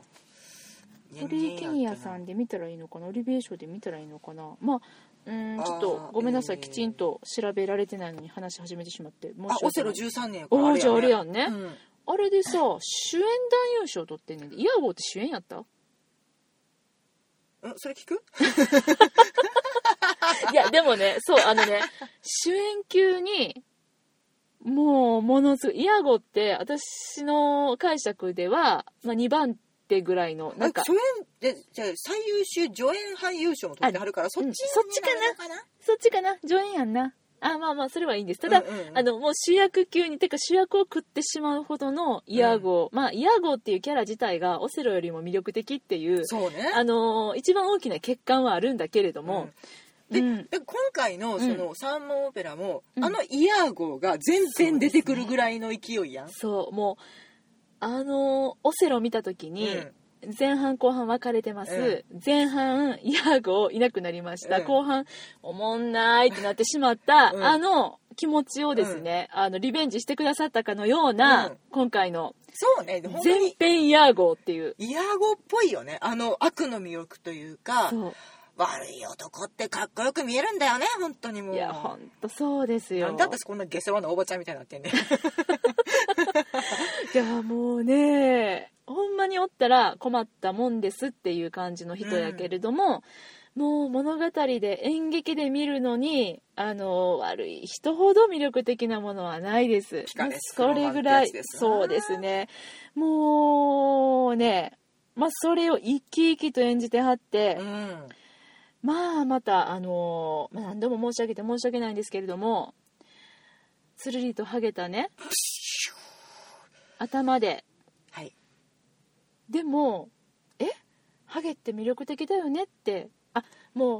Speaker 1: トリー・キニアさ
Speaker 2: 年
Speaker 1: んで見たらいいのかなオリビエ賞で見たらいいのかなまあうーん
Speaker 2: あー
Speaker 1: ちょっとごめんなさい、
Speaker 2: えー
Speaker 1: きちんと調べられてないのに話し始めてしまって申し
Speaker 2: やっ
Speaker 1: 訳
Speaker 2: けなあオセロ
Speaker 1: ない
Speaker 2: 13年や
Speaker 1: おーじゃああれや
Speaker 2: ね
Speaker 1: んね、
Speaker 2: うん
Speaker 1: あれでさ主演男優賞取ってんねんでイヤゴーって主演やった
Speaker 2: うんそれ聞く
Speaker 1: いやでもねそうあのね 主演級にもうものすごいイヤゴーって私の解釈では、まあ、2番手ぐらいのなんか
Speaker 2: あ初演でじゃあ最優秀助演俳優賞も取ってあるからそっち
Speaker 1: うんそっちかな
Speaker 2: かな
Speaker 1: そっちかな上演やんな。あまあまあ、それはいいんです。ただ、
Speaker 2: うんうんうん
Speaker 1: あの、もう主役級に、てか主役を食ってしまうほどのイヤーゴー。まあ、イヤーゴーっていうキャラ自体がオセロよりも魅力的っていう、
Speaker 2: そうね
Speaker 1: あのー一番大きな欠陥はあるんだけれども、
Speaker 2: で,、
Speaker 1: うん
Speaker 2: で今回のその三問オペラも、
Speaker 1: うん
Speaker 2: あのイヤー号が全然出てくるぐらいの勢いやん、
Speaker 1: そう、もう、あのーオセロ見た時に、前半後半分かれてます、前半イヤーゴーいなくなりました、
Speaker 2: うん
Speaker 1: 後半おもんないってなってしまった、
Speaker 2: うん
Speaker 1: あの気持ちをですね、あのリベンジしてくださったかのような、
Speaker 2: うん
Speaker 1: 今回の
Speaker 2: そうね本当
Speaker 1: 全
Speaker 2: に
Speaker 1: 編イヤーゴーっていう
Speaker 2: イヤー号っぽいよねあの悪の魅力というか
Speaker 1: そ
Speaker 2: 悪い男ってかっこよく見えるんだよね本当にも
Speaker 1: う
Speaker 2: う
Speaker 1: いやほんとそうです
Speaker 2: な
Speaker 1: よ
Speaker 2: んで私こんな下世話なお ばちゃんみたいになってんねん
Speaker 1: いやもうねほんまにおったら困ったもんですっていう感じの人やけれども、もう物語で演劇で見るのにあの悪い人ほど魅力的なものはないです
Speaker 2: ピカレスク
Speaker 1: それぐらい
Speaker 2: ロマンってやつですな
Speaker 1: そうですねもうねまあそれを生き生きと演じてはって、
Speaker 2: うん
Speaker 1: まあまたあのーまあ、何度も申し上げて申し訳ないんですけれどもつるりとハゲたね頭で
Speaker 2: はい
Speaker 1: でもえハゲって魅力的だよねってあも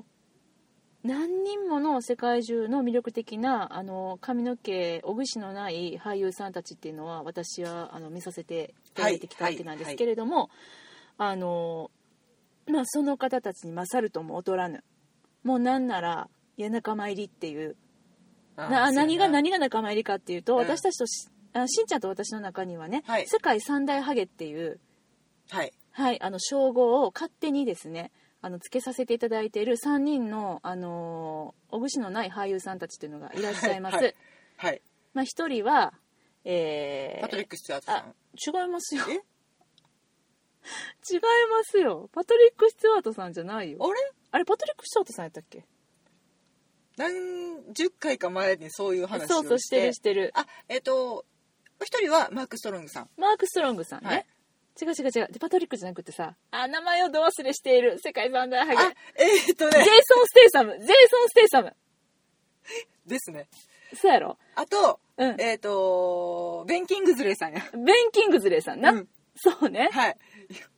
Speaker 1: う何人もの世界中の魅力的なあの髪の毛おぐしのない俳優さんたちっていうのは私はあの見させていただいてきたわけなんですけれども、あのまあその方たちに勝るとも劣らぬもうなんなら谷仲間入りっていう
Speaker 2: あー
Speaker 1: な何が
Speaker 2: そうやな
Speaker 1: 何が仲間入りかっていうと、
Speaker 2: うん
Speaker 1: 私たちとしあしんちゃんと私の中にはね、
Speaker 2: はい
Speaker 1: 世界三大ハゲっていう
Speaker 2: はい
Speaker 1: はい、あの称号を勝手にですねあのつけさせていただいている3人の、あのーおぐしのない俳優さんたちというのがいらっしゃいます、
Speaker 2: はいはい
Speaker 1: まあ、1人は、えー
Speaker 2: パトリック・スチュアートさん
Speaker 1: 違いますよ
Speaker 2: え
Speaker 1: 違いますよパトリック・スチュワートさんじゃないよ
Speaker 2: あれ
Speaker 1: あれパトリック・スチュワートさんやったっけ
Speaker 2: 何十回か前にそういう話をして
Speaker 1: そうそうしてるしてる
Speaker 2: あえっ、と一人はマーク・ストロングさん
Speaker 1: マーク・ストロングさんね、
Speaker 2: はい
Speaker 1: 違う違う違うでパトリックじゃなくてさあ名前をど忘れしている世界三大ハゲ
Speaker 2: あえっ、と
Speaker 1: ジェイ
Speaker 2: ね
Speaker 1: ソン・ステイサムジェイソン・ステイサム
Speaker 2: ですね
Speaker 1: そうやろ
Speaker 2: あと、
Speaker 1: うん
Speaker 2: えっ、とベン・キングズレイさんや
Speaker 1: ベン・キングズレイさんな、
Speaker 2: うん
Speaker 1: そうね、
Speaker 2: はい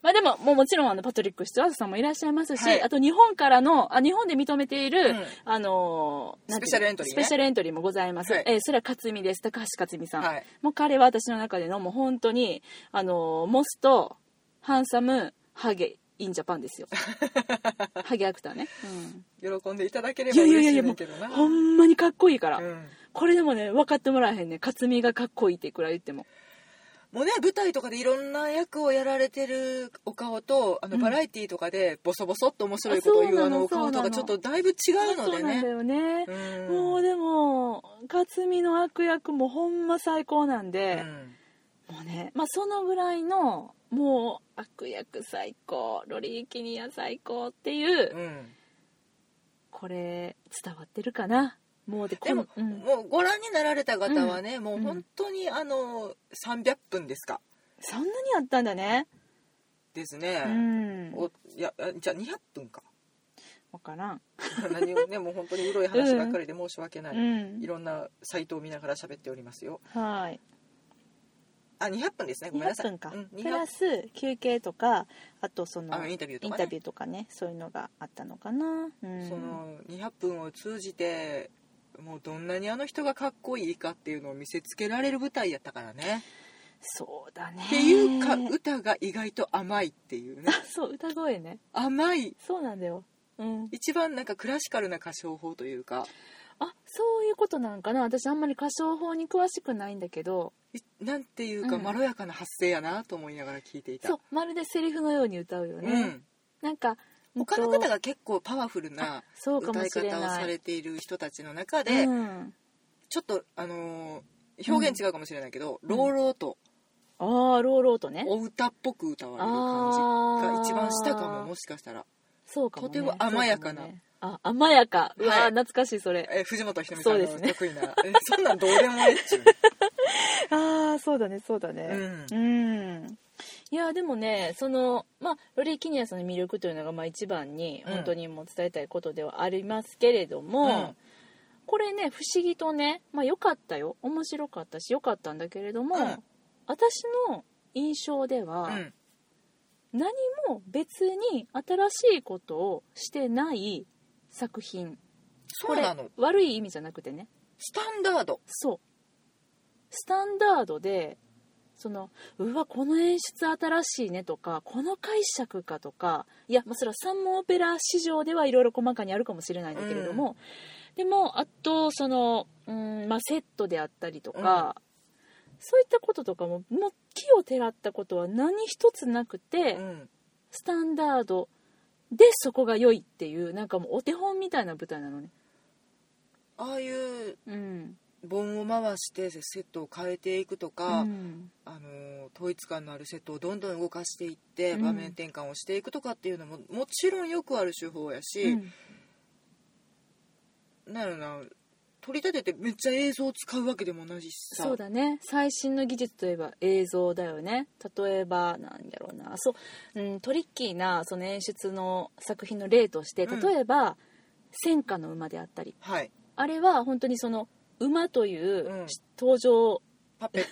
Speaker 1: まあでも、もうもちろんあのパトリック・スチュワートさんもいらっしゃいますし、
Speaker 2: はい
Speaker 1: あと日本からの、あ日本で認めている、
Speaker 2: うん
Speaker 1: あのーなんていうの
Speaker 2: スペシャルエントリー
Speaker 1: ス
Speaker 2: ね
Speaker 1: ペシャルエントリーもございます。
Speaker 2: はい
Speaker 1: えーそれは克美です。高橋克美さん。
Speaker 2: はい
Speaker 1: もう彼は私の中でのもう本当に、あのーモスト、ハンサム、ハゲ、インジャパン ですよ。ハゲアクターね。
Speaker 2: 喜んでいただけれ
Speaker 1: い
Speaker 2: ば
Speaker 1: やいやい
Speaker 2: 嬉
Speaker 1: やい
Speaker 2: しい
Speaker 1: や、
Speaker 2: ん
Speaker 1: も
Speaker 2: だ
Speaker 1: う
Speaker 2: けどな
Speaker 1: ほんまにかっこいいから。
Speaker 2: うん
Speaker 1: これでもね、分かってもらえへんね。克美がかっこいいっていくら言っても。
Speaker 2: もうね舞台とかでいろんな役をやられてるお顔とあの
Speaker 1: うん
Speaker 2: バラエティーとかでボソボソっと面白いことを言う
Speaker 1: あそうな
Speaker 2: あ
Speaker 1: の
Speaker 2: のお顔と
Speaker 1: そうな
Speaker 2: か
Speaker 1: の
Speaker 2: ちょっとだいぶ違うの
Speaker 1: そう
Speaker 2: で
Speaker 1: なんだ
Speaker 2: ね
Speaker 1: よね。
Speaker 2: うん
Speaker 1: もうでも克美の悪役もほんま最高なん
Speaker 2: う
Speaker 1: で、
Speaker 2: ん
Speaker 1: もうね、まあ、そのぐらいのもう悪役最高ロリー・キニア最高っていう、
Speaker 2: うん
Speaker 1: これ伝わってるかなもうでこ
Speaker 2: でも、
Speaker 1: うん
Speaker 2: もうご覧になられた方はね、もううん本当にあの300分ですか
Speaker 1: そんなにあったんだね
Speaker 2: です
Speaker 1: う
Speaker 2: ね、
Speaker 1: ん
Speaker 2: おいやあじゃあ200分か
Speaker 1: 分からん、
Speaker 2: 何をねもう本当にうろい話ばっかりで申し訳ない、
Speaker 1: うん
Speaker 2: いろんなサイトを見ながら喋っておりますよ
Speaker 1: はい
Speaker 2: あ200分ですねごめんな
Speaker 1: 200
Speaker 2: さい
Speaker 1: 分か、
Speaker 2: うん、
Speaker 1: プラ
Speaker 2: 200
Speaker 1: ス休憩とかあとその
Speaker 2: あインタビュー
Speaker 1: イ
Speaker 2: と
Speaker 1: ン
Speaker 2: か、
Speaker 1: タ
Speaker 2: ね、
Speaker 1: ビューとかねそういうのがあったのかな、うん、
Speaker 2: その200分を通じてもうどんなにあの人がかっこいいかっていうのを見せつけられる舞台やったからね
Speaker 1: そうだね
Speaker 2: っていうか歌が意外と甘いってい うね
Speaker 1: そう歌声ね
Speaker 2: 甘い
Speaker 1: そうなんだよ。うん。
Speaker 2: 一番なんかクラシカルな歌唱法というか
Speaker 1: あ、そういうことなんかな。私あんまり歌唱法に詳しくないんだけど、
Speaker 2: いなんていうか
Speaker 1: うん
Speaker 2: まろやかな発声やなと思いながら聞いていた、
Speaker 1: そう、まるでセリフのように歌うよね。
Speaker 2: うん
Speaker 1: なんか、
Speaker 2: 他の
Speaker 1: うんと
Speaker 2: 方が結構パワフルな
Speaker 1: そうか
Speaker 2: 歌
Speaker 1: も
Speaker 2: い
Speaker 1: しれ
Speaker 2: 方を
Speaker 1: な
Speaker 2: さ
Speaker 1: い。
Speaker 2: れている人たちの中で、
Speaker 1: うん、
Speaker 2: ちょっとあのー表現違うかもしれないけど、朗々と
Speaker 1: ああ、ローローとね。
Speaker 2: お歌っぽく歌われる
Speaker 1: あ
Speaker 2: 感
Speaker 1: ー
Speaker 2: じが一番したかももしかしたら、
Speaker 1: そうかも、ね。
Speaker 2: とても甘やかな
Speaker 1: そうもねあ、甘やか。うわー、
Speaker 2: はい
Speaker 1: 懐かしいそれ。
Speaker 2: え藤本ひとみさんの
Speaker 1: そうですね
Speaker 2: 得意なえそんなんどうでもいいっちゅう、
Speaker 1: ああ、そうだね、 そうだね。
Speaker 2: うん
Speaker 1: うんいやでもねその、まあ、ロリー・キニアさんの魅力というのが、まあ、一番に
Speaker 2: うん
Speaker 1: 本当にもう伝えたいことではありますけれども、
Speaker 2: うん
Speaker 1: これね不思議とね、まあ、良かったよ面白かったし良かったんだけれども、
Speaker 2: うん
Speaker 1: 私の印象では、
Speaker 2: うん
Speaker 1: 何も別に新しいことをしてない作品
Speaker 2: そ
Speaker 1: こ
Speaker 2: う
Speaker 1: れ
Speaker 2: なの
Speaker 1: 悪い意味じゃなくてね
Speaker 2: スタンダード
Speaker 1: そうスタンダードでそのうわこの演出新しいねとかこの解釈かとかいや、まあ、それはサンモオペラ市場ではいろいろ細かにあるかもしれないんだけれども、でもあとその、うんまあ、セットであったりとか、そういったこととかももう木をてらったことは何一つなくて、
Speaker 2: うん
Speaker 1: スタンダードでそこが良いっていうなんかもうお手本みたいな舞台なのね。
Speaker 2: ああいう
Speaker 1: うん
Speaker 2: 盆を回してセットを変えていくとか、
Speaker 1: うん
Speaker 2: あの統一感のあるセットをどんどん動かしていって
Speaker 1: うん
Speaker 2: 場面転換をしていくとかっていうのももちろんよくある手法や
Speaker 1: う
Speaker 2: し、
Speaker 1: ん
Speaker 2: なんやろな取り立ててめっちゃ映像を使うわけでもないしさ
Speaker 1: そうだね最新の技術といえば映像だよね例えばなんやろうなそう、うん、トリッキーなその演出の作品の例として
Speaker 2: うん
Speaker 1: 例えば、戦火の馬であったり
Speaker 2: はい
Speaker 1: あれは本当にその馬という、
Speaker 2: うん
Speaker 1: 登場
Speaker 2: パペ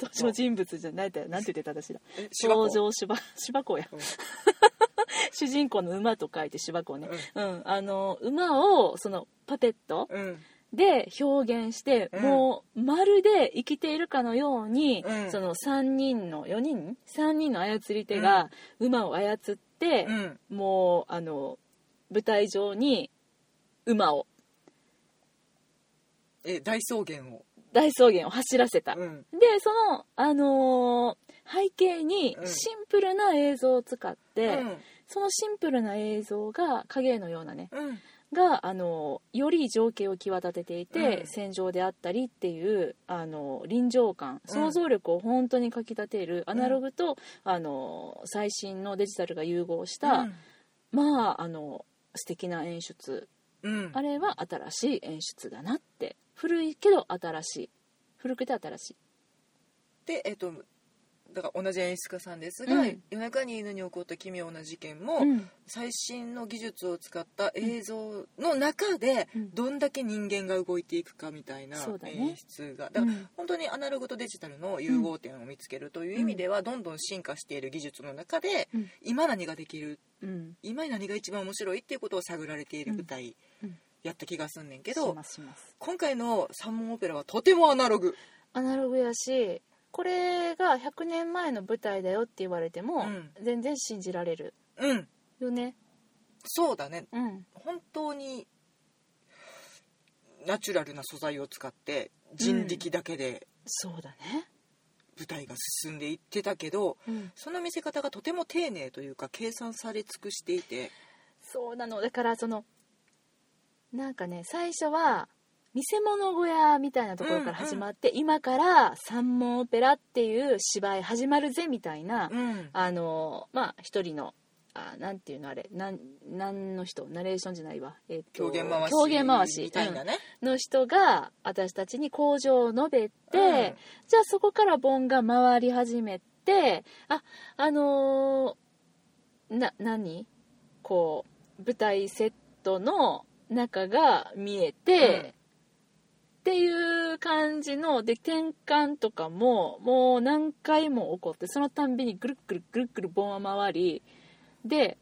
Speaker 1: 登場人物じゃないだよなんて言ってた私ら
Speaker 2: え 芝
Speaker 1: 登
Speaker 2: 子
Speaker 1: 場芝芝子や
Speaker 2: うん
Speaker 1: 主人公の馬と書いて芝子ね、うん、あの馬をそのパペット
Speaker 2: うん
Speaker 1: で表現して、
Speaker 2: うん
Speaker 1: もうまるで生きているかのように、
Speaker 2: うん
Speaker 1: その3人の4人3人の操り手が馬を操って
Speaker 2: う、ん
Speaker 1: もうあの舞台上に馬を
Speaker 2: え大草原を
Speaker 1: 大草原を走らせた、
Speaker 2: うん
Speaker 1: でその、あのー背景に
Speaker 2: うん
Speaker 1: シンプルな映像を使って、
Speaker 2: うん
Speaker 1: そのシンプルな映像が影のようなね
Speaker 2: うん
Speaker 1: があのより情景を際立てていて、
Speaker 2: うん
Speaker 1: 戦場であったりっていうあの臨場感想像力を本当にかき立てる、アナログとあの最新のデジタルが融合した、まああの素敵な演出、
Speaker 2: うん
Speaker 1: あれは新しい演出だなって古いけど新しい古くて新しい
Speaker 2: でえっとだから同じ演出家さんですが、
Speaker 1: うん
Speaker 2: 夜中に犬に起こった奇妙な事件も、
Speaker 1: うん
Speaker 2: 最新の技術を使った映像の中で
Speaker 1: うん
Speaker 2: どんだけ人間が動いていくかみたいな
Speaker 1: そうだね
Speaker 2: 演出がだから
Speaker 1: うん
Speaker 2: 本当にアナログとデジタルの融合点を見つけるという意味ではどんどん進化している技術の中で
Speaker 1: うん
Speaker 2: 今何ができる
Speaker 1: うん
Speaker 2: 今に何が一番面白いっていうことを探られている舞台
Speaker 1: うんうん
Speaker 2: やった気がすんねんけ
Speaker 1: し
Speaker 2: ど
Speaker 1: ますします
Speaker 2: 今回の「三文オペラ」はとてもアナログ。
Speaker 1: アナログやしこれが100年前の舞台だよって言われても、
Speaker 2: うん
Speaker 1: 全然信じられる
Speaker 2: うん
Speaker 1: よね
Speaker 2: そうだね
Speaker 1: うん
Speaker 2: 本当にナチュラルな素材を使って人力だけで
Speaker 1: そうだね、
Speaker 2: 舞台が進んでいってたけどその見せ方がとても丁寧というか計算され尽くしていて
Speaker 1: そうなのだからそのなんかね最初は見せ物小屋みたいなところから始まって、今から三門オペラっていう芝居始まるぜみたいな、
Speaker 2: うん
Speaker 1: あのまあ一人のあなんていうのあれなんなんの人ナレーションじゃないわ、えっと
Speaker 2: 狂言回し
Speaker 1: 狂言回し
Speaker 2: みたいなね、
Speaker 1: うんの人が私たちに口上を述べて、
Speaker 2: うん
Speaker 1: じゃあそこから盆が回り始めてああのーな何こう舞台セットの中が見えて、
Speaker 2: うん
Speaker 1: っていう感じので転換とかももう何回も起こってそのたんびにぐるっぐるっぐるっぐる盆は回りで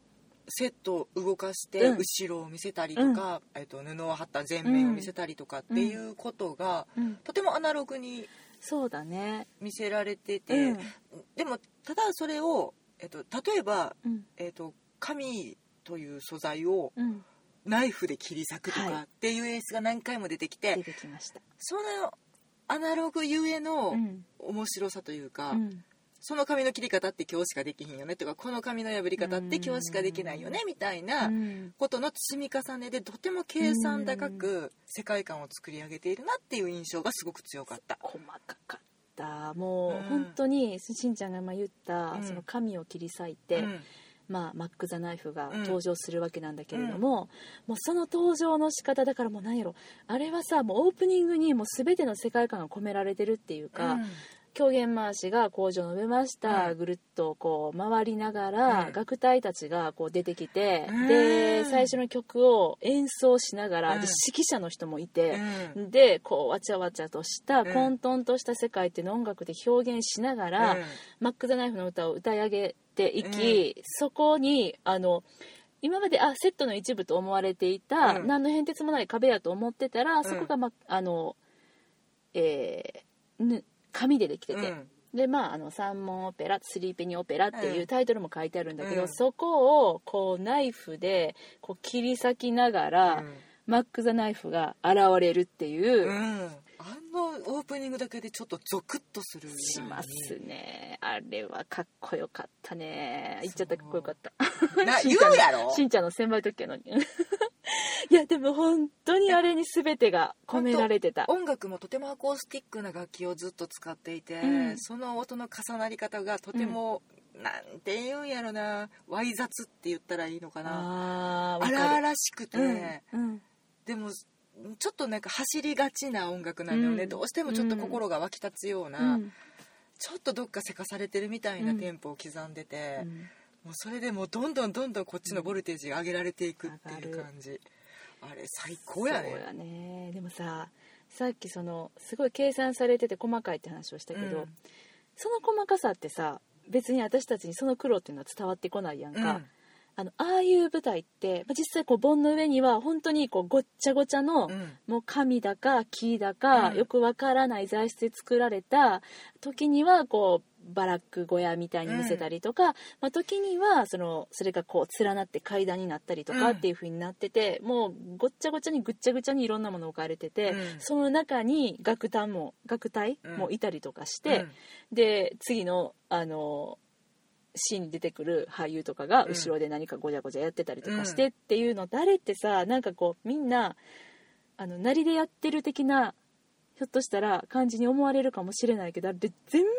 Speaker 2: セットを動かして
Speaker 1: うん
Speaker 2: 後ろを見せたりとか、えっと布を貼った前面を見せたりとかっていうことがとてもアナログに
Speaker 1: そうだね、
Speaker 2: 見せられてて、
Speaker 1: うん
Speaker 2: でもただそれを、えっと例えば、
Speaker 1: うん
Speaker 2: えっと紙という素材を
Speaker 1: うん、
Speaker 2: ナイフで切り裂くと
Speaker 1: はい
Speaker 2: かっていう演出が何回も出てきて、
Speaker 1: 出てきました。
Speaker 2: そのアナログゆえの、
Speaker 1: うん
Speaker 2: 面白さというか、
Speaker 1: うん
Speaker 2: その髪の切り方って今日しかできひんよねとかこの髪の破り方って今日しかできないよねみたいな
Speaker 1: うん
Speaker 2: ことの積み重ねでとても計算高く世界観を作り上げているなっていう印象がすごく強かった。
Speaker 1: 細かかったもう、
Speaker 2: うん
Speaker 1: 本当にしんちゃんが今言った、
Speaker 2: うん
Speaker 1: その紙を切り裂いて、
Speaker 2: うん
Speaker 1: まあ、マック・ザ・ナイフが
Speaker 2: うん
Speaker 1: 登場するわけなんだけれども、もうその登場の仕方だからもう何やろあれはさもうオープニングにもう全ての世界観が込められてるっていうか、
Speaker 2: うん
Speaker 1: 狂言回しが工場を述べました、
Speaker 2: うん
Speaker 1: ぐるっとこう回りながら、
Speaker 2: うん
Speaker 1: 楽隊たちがこう出てきて、
Speaker 2: うん
Speaker 1: で最初の曲を演奏しながら、
Speaker 2: うん
Speaker 1: で指揮者の人もいて。
Speaker 2: うん
Speaker 1: でこうわちゃわちゃとした
Speaker 2: うん
Speaker 1: 混沌とした世界っていうのを音楽で表現しながら、
Speaker 2: うん
Speaker 1: マック・ザ・ナイフの歌を歌い上げていき、そこにあの今まであセットの一部と思われていた、
Speaker 2: うん
Speaker 1: 何の変哲もない壁やと思ってたら
Speaker 2: ん
Speaker 1: そこが、まあのえーぬ紙でできてて、
Speaker 2: うん
Speaker 1: でまああの「三文オペラ」「スリーペニオペラ」っていううんタイトルも書いてあるんだけど、
Speaker 2: うん
Speaker 1: そこをこうナイフでこう切り裂きながら、マック・ザ・ナイフが現れるっていう。
Speaker 2: うんうんあのオープニングだけでちょっとゾクッとする
Speaker 1: しますねあれはかっこよかったね言っちゃったかっこよかった
Speaker 2: な言うやろ
Speaker 1: しんちゃんの千倍時計の いやでも本当にあれに全てが込められてた
Speaker 2: 音楽もとてもアコースティックな楽器をずっと使っていて、
Speaker 1: うん
Speaker 2: その音の重なり方がとても、なんて言うんやろなわい雑って言ったらいいのかな
Speaker 1: あーわ
Speaker 2: 荒
Speaker 1: かる
Speaker 2: 々しくて、
Speaker 1: うんうん
Speaker 2: でもちょっとなんか走りがちな音楽なんだよね、
Speaker 1: うん
Speaker 2: どうしてもちょっと心が湧き立つよう
Speaker 1: う
Speaker 2: な、
Speaker 1: ん
Speaker 2: ちょっとどっかせかされてるみたいな
Speaker 1: うん
Speaker 2: テンポを刻んでて、
Speaker 1: うん
Speaker 2: もうそれでもうどんどんどんどんこっちのボルテージが上げられていくっていう感じあれ最高やね
Speaker 1: そうやねでもささっきそのすごい計算されてて細かいって話をしたけど、
Speaker 2: うん
Speaker 1: その細かさってさ別に私たちにその苦労っていうのは伝わってこないやん
Speaker 2: うん
Speaker 1: か、あのああいう舞台って、まあ、実際こう盆の上には本当にこうごっちゃごちゃの、
Speaker 2: うん
Speaker 1: もう紙だか木だか、
Speaker 2: うん
Speaker 1: よくわからない材質で作られた時にはこうバラック小屋みたいに見せたりとか、まあ、時にはそのそれがこう連なって階段になったりとか
Speaker 2: うん
Speaker 1: っていう風になってて、もうごっちゃごちゃにぐっちゃぐちゃにいろんなもの置かれてて、
Speaker 2: うん
Speaker 1: その中に楽団も楽隊もいたりとかして、で次のあのシーンに出てくる俳優とかが
Speaker 2: うん
Speaker 1: 後ろで何かごちゃごちゃやってたりとかしてっていうの、誰ってさなんかこうみんなあのなりでやってる的なひょっとしたら感じに思われるかもしれないけどあれ全部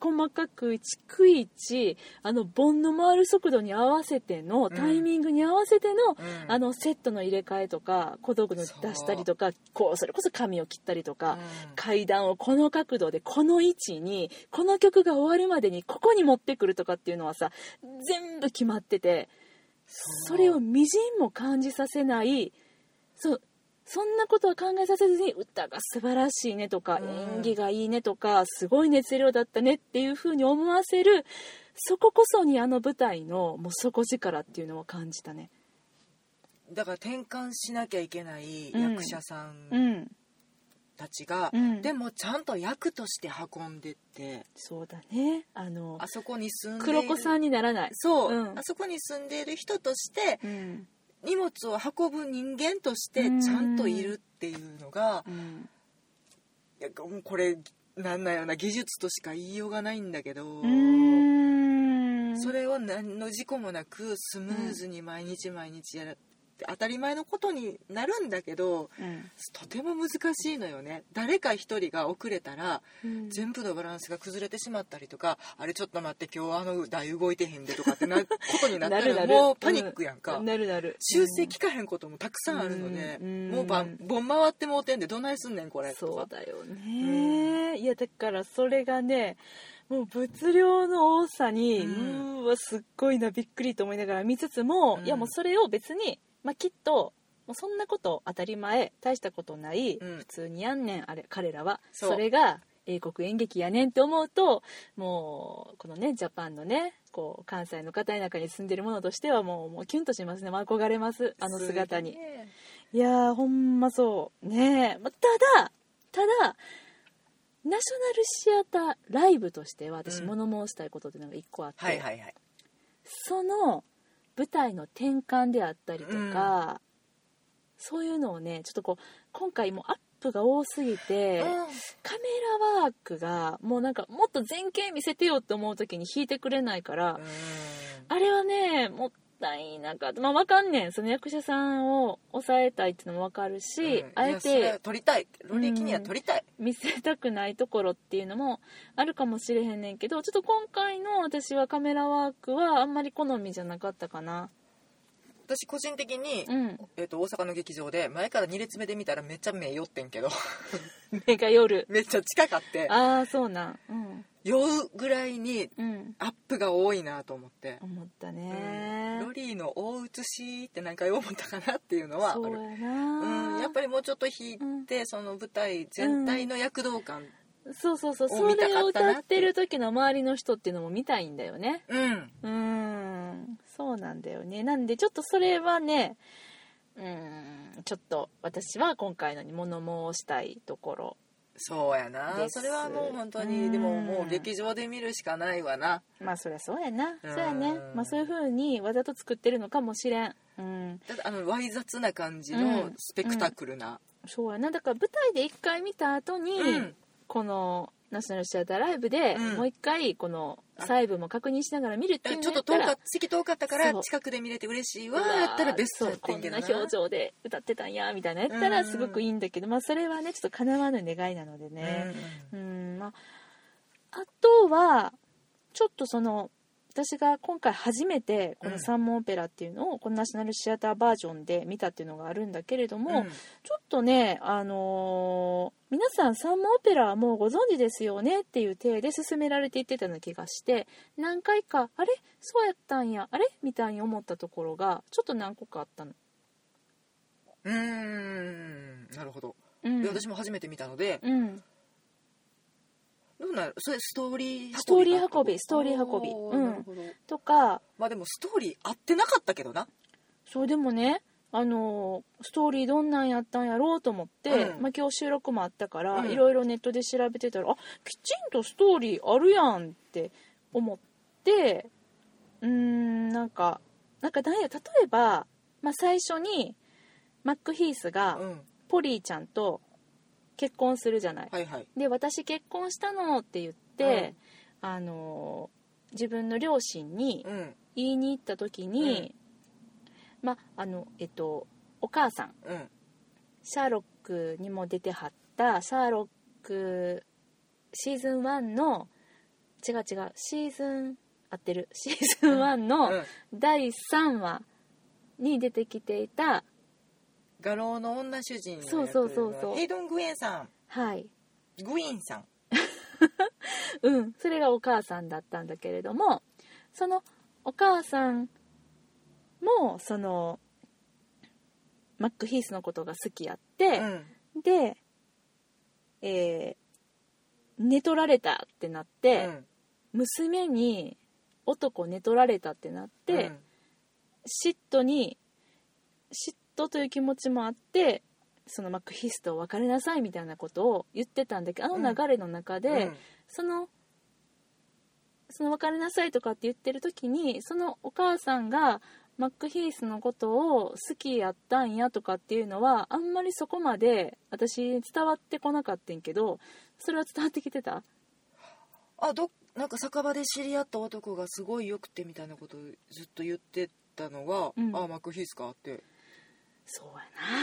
Speaker 1: 細かく一区一あの盆の回る速度に合わせてのタイミングに合わせての、
Speaker 2: うん
Speaker 1: あのセットの入れ替えとか小道具の出したりとかこうそれこそ髪を切ったりとか、
Speaker 2: うん
Speaker 1: 階段をこの角度でこの位置にこの曲が終わるまでにここに持ってくるとかっていうのはさ全部決まっててそれをみじんも感じさせないそそんなことは考えさせずに歌が素晴らしいねとか
Speaker 2: うん
Speaker 1: 演技がいいねとかすごい熱量だったねっていう風に思わせるそここそにあの舞台のもう底力っていうのを感じたね。
Speaker 2: だから転換しなきゃいけない役者さ
Speaker 1: うんん、
Speaker 2: たちが、
Speaker 1: うん
Speaker 2: でもちゃんと役として運んでって
Speaker 1: そうだねあの
Speaker 2: あそこに住んでいる
Speaker 1: 黒子さんにならない。
Speaker 2: そう、
Speaker 1: うん
Speaker 2: あそこに住んでいる人として
Speaker 1: うん
Speaker 2: 荷物を運ぶ人間として
Speaker 1: うん
Speaker 2: ちゃんといるっていうのが、
Speaker 1: うん
Speaker 2: いやもうこれなんだよな技術としか言いようがないんだけど、
Speaker 1: うーん
Speaker 2: それを何の事故もなくスムーズに毎日毎日やるって当たり前のことになるんだけどとても難しいのよね誰か一人が遅れたら
Speaker 1: うん
Speaker 2: 全部のバランスが崩れてしまったりとかあれちょっと待って今日あの台動いてへんでとかってなことになった
Speaker 1: なるな
Speaker 2: ら
Speaker 1: る
Speaker 2: もうパニックやんか。
Speaker 1: なるなる
Speaker 2: 修正効かへんこともたくさんあるので、
Speaker 1: うん
Speaker 2: もうばん盆回ってもうてんでどないすんねんこ
Speaker 1: う
Speaker 2: れ
Speaker 1: んそ
Speaker 2: と
Speaker 1: う
Speaker 2: か
Speaker 1: だよね、いやだからそれがねもう物量の多さに、う
Speaker 2: うん
Speaker 1: ーわすっごいなびっくりと思いながら見つつも、
Speaker 2: うん
Speaker 1: いやもうそれを別に、まあ、きっともうそんなこと当たり前大したことない、
Speaker 2: うん
Speaker 1: 普通にやんねんあれ彼らは
Speaker 2: そう
Speaker 1: それが英国演劇やねんって思うともうこのねジャパンのねこう関西の方田舎に住んでるものとしてはもうもうキュンとしますねもう憧れますあの姿に
Speaker 2: すげえ
Speaker 1: いやーほんまそうねえまただただナショナルシアターライブとしては私
Speaker 2: うん
Speaker 1: 物申したいことっていうのが一個あって、
Speaker 2: はいはいはい
Speaker 1: その舞台の転換であったりとか、そういうのをねちょっとこう今回もうアップが多すぎて、カメラワークがもうなんかもっと前景見せてよって思う時に弾いてくれないから、
Speaker 2: うん
Speaker 1: あれはね、もったいなかった。まあ、わかんねん。その役者さんを抑えたいっていうのもわかるし、
Speaker 2: うん
Speaker 1: あ
Speaker 2: い
Speaker 1: え
Speaker 2: やそれは
Speaker 1: て
Speaker 2: 撮りたいロリーキには撮りたい、
Speaker 1: 見せたくないところっていうのもあるかもしれへんねんけど、ちょっと今回の私はカメラワークはあんまり好みじゃなかったかな。
Speaker 2: 私個人的に、
Speaker 1: うん。
Speaker 2: えっと大阪の劇場で前から2列目で見たらめっちゃ目酔ってんけど
Speaker 1: 目が夜。
Speaker 2: めっちゃ近かって
Speaker 1: ああ、そうなん。うん。
Speaker 2: 酔うぐらいに
Speaker 1: うん。
Speaker 2: アップが多いなと思って、
Speaker 1: 思った
Speaker 2: うん
Speaker 1: ね。
Speaker 2: ロリーの大写しって何回思ったかなっていうのはあ
Speaker 1: そう
Speaker 2: る
Speaker 1: やな、
Speaker 2: うん、やっぱりもうちょっと弾いて、その舞台全体の躍動感
Speaker 1: そうそうそう。
Speaker 2: を
Speaker 1: そ
Speaker 2: 見た
Speaker 1: れを
Speaker 2: かったなって
Speaker 1: 歌ってる時の周りの人っていうのも見たいんだよね。
Speaker 2: うん、
Speaker 1: うーんそうなんだよねなんでちょっとそれはねうーんちょっと私は今回のに物申したいところ
Speaker 2: そうやな
Speaker 1: です
Speaker 2: それはもう本当
Speaker 1: う
Speaker 2: に
Speaker 1: ん
Speaker 2: でももう劇場で見るしかないわな
Speaker 1: まあそりゃそうやな
Speaker 2: う
Speaker 1: そ
Speaker 2: ん
Speaker 1: うやねまあそういう風にわざと作ってるのかもしれんうん
Speaker 2: ただあのわい雑な感じ
Speaker 1: う
Speaker 2: の
Speaker 1: ん
Speaker 2: スペクタクルな
Speaker 1: そうやなだから舞台で一回見た後に、
Speaker 2: うん
Speaker 1: このナショナルシアターライブで
Speaker 2: うん
Speaker 1: もう一回この細部も確認しながら見るっていう
Speaker 2: ち
Speaker 1: の
Speaker 2: ょっ
Speaker 1: や
Speaker 2: と
Speaker 1: った
Speaker 2: 遠
Speaker 1: ら
Speaker 2: かっ席遠かったから
Speaker 1: そう
Speaker 2: 近くで見れて嬉しいうわ
Speaker 1: わー
Speaker 2: やったらベストやってんけどな
Speaker 1: そうこんな表情で歌ってたんやみたいなやったら
Speaker 2: うん
Speaker 1: すごくいいんだけど、まあ、それはねちょっと叶わぬ願いなので
Speaker 2: うんう
Speaker 1: ね
Speaker 2: ん
Speaker 1: うんまあ、あとはちょっとその私が今回初めてこ
Speaker 2: う
Speaker 1: の
Speaker 2: ん
Speaker 1: 三門オペラっていうのをこのナショナルシアターバージョンで見たっていうのがあるんだけれども、
Speaker 2: うん
Speaker 1: ちょっとね、あのー皆さん三門オペラはもうご存知ですよねっていう体で進められていってたような気がして何回かあれそうやったんやあれみたいに思ったところがちょっと何個かあったの。
Speaker 2: うーんなるほど、
Speaker 1: うん
Speaker 2: で私も初めて見たので
Speaker 1: うん、
Speaker 2: どうなるそれストーリー運びか
Speaker 1: ストーリー運びストーリー運び
Speaker 2: お
Speaker 1: うん
Speaker 2: なるほど
Speaker 1: とか
Speaker 2: まあでもストーリー合ってなかったけどな
Speaker 1: そうでもねあのーストーリーどんなんやったんやろうと思って、
Speaker 2: うん
Speaker 1: まあ、今日収録もあったから、
Speaker 2: うん
Speaker 1: いろいろネットで調べてたらあきちんとストーリーあるやんって思ってうーんなんかなんかなんや例えば、まあ、最初にマック・ヒースが
Speaker 2: うん
Speaker 1: ポリーちゃんと結婚するじゃない。
Speaker 2: はいはい
Speaker 1: で私結婚したのって言って、あのー自分の両親に、
Speaker 2: うん
Speaker 1: 言いに行った時に、まああのえっとお母さん
Speaker 2: うん
Speaker 1: シャーロックにも出てはったシャーロックシーズン1の違う違うシーズン合ってるシーズン1
Speaker 2: う
Speaker 1: の
Speaker 2: ん
Speaker 1: 第3話に出てきていた、
Speaker 2: 画廊の女主人の役
Speaker 1: そうそうそうそう
Speaker 2: ヘイドン・グエンさん
Speaker 1: はい
Speaker 2: グイーンさん
Speaker 1: うん、それがお母さんだったんだけれどもそのお母さんもそのマック・ヒースのことが好きやって、
Speaker 2: うん
Speaker 1: で、えー寝取られたってなっ
Speaker 2: う
Speaker 1: て、
Speaker 2: ん
Speaker 1: 娘に男寝取られたってなって、嫉妬に嫉妬という気持ちもあってそのマックヒスと別れなさいみたいなことを言ってたんだけどあの流れの中で、
Speaker 2: うんうん
Speaker 1: そのその別れなさいとかって言ってる時にそのお母さんがマック・ヒースのことを好きやったんやとかっていうのはあんまりそこまで私伝わってこなかったんけどそれは伝わってきてた
Speaker 2: あどなんか酒場で知り合った男がすごいよくてみたいなことをずっと言ってたのが「
Speaker 1: うん
Speaker 2: あマックヒースか」って
Speaker 1: そうや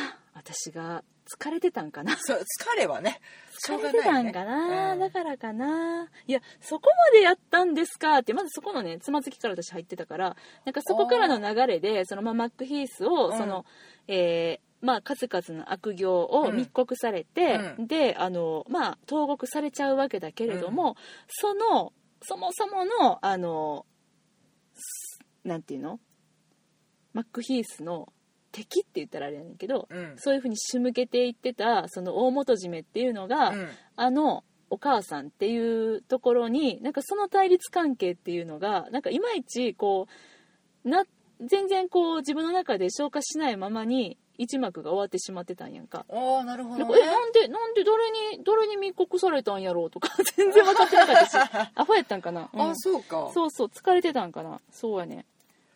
Speaker 1: な私が疲れてたんかな
Speaker 2: そう疲れはねしょ
Speaker 1: 疲
Speaker 2: う
Speaker 1: れて
Speaker 2: がな
Speaker 1: た
Speaker 2: い、ね、
Speaker 1: んかな、
Speaker 2: うん
Speaker 1: だからかないやそこまでやったんですかってまずそこのねつまずきから私入ってたからなんかそこからの流れでその、まあ、マック・ヒースを
Speaker 2: うん
Speaker 1: その、えーまあ、数々の悪行を
Speaker 2: うん
Speaker 1: 密告されて、
Speaker 2: う
Speaker 1: であの、まあ、投獄されちゃうわけだけれども、そのそもそものあのすなんていうのマック・ヒースの敵って言ったらあれやねんけど、
Speaker 2: うん
Speaker 1: そういうふうに仕向けていってたその大元締めっていうのが、
Speaker 2: うん
Speaker 1: あのお母さんっていうところになんかその対立関係っていうのがなんかいまいちこうな全然こう自分の中で消化しないままに一幕が終わってしまってたんやんか。
Speaker 2: ああなるほ
Speaker 1: で
Speaker 2: ど
Speaker 1: こ
Speaker 2: ね
Speaker 1: れなんでなんでどれにどれに密告されたんやろうとか 全然分かってなかったしアホやったんかな、うん
Speaker 2: あそうか
Speaker 1: そうそう疲れてたんかなそうやね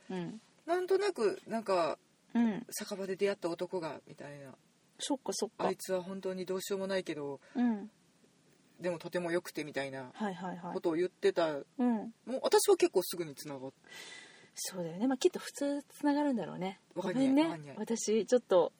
Speaker 1: うん
Speaker 2: なんとなくなんか
Speaker 1: うん
Speaker 2: 酒場で出会った男がみたいな
Speaker 1: そっかそっか
Speaker 2: あいつは本当にどうしようもないけど
Speaker 1: うん
Speaker 2: でもとても良くてみたいな
Speaker 1: はいはいはい
Speaker 2: ことを言ってた
Speaker 1: うん
Speaker 2: もう私は結構すぐにつながっ
Speaker 1: そうだよね、まあ、きっと普通つながるんだろうね
Speaker 2: わかん
Speaker 1: ご
Speaker 2: ない
Speaker 1: めん
Speaker 2: わか
Speaker 1: ね
Speaker 2: んない
Speaker 1: 私ちょっと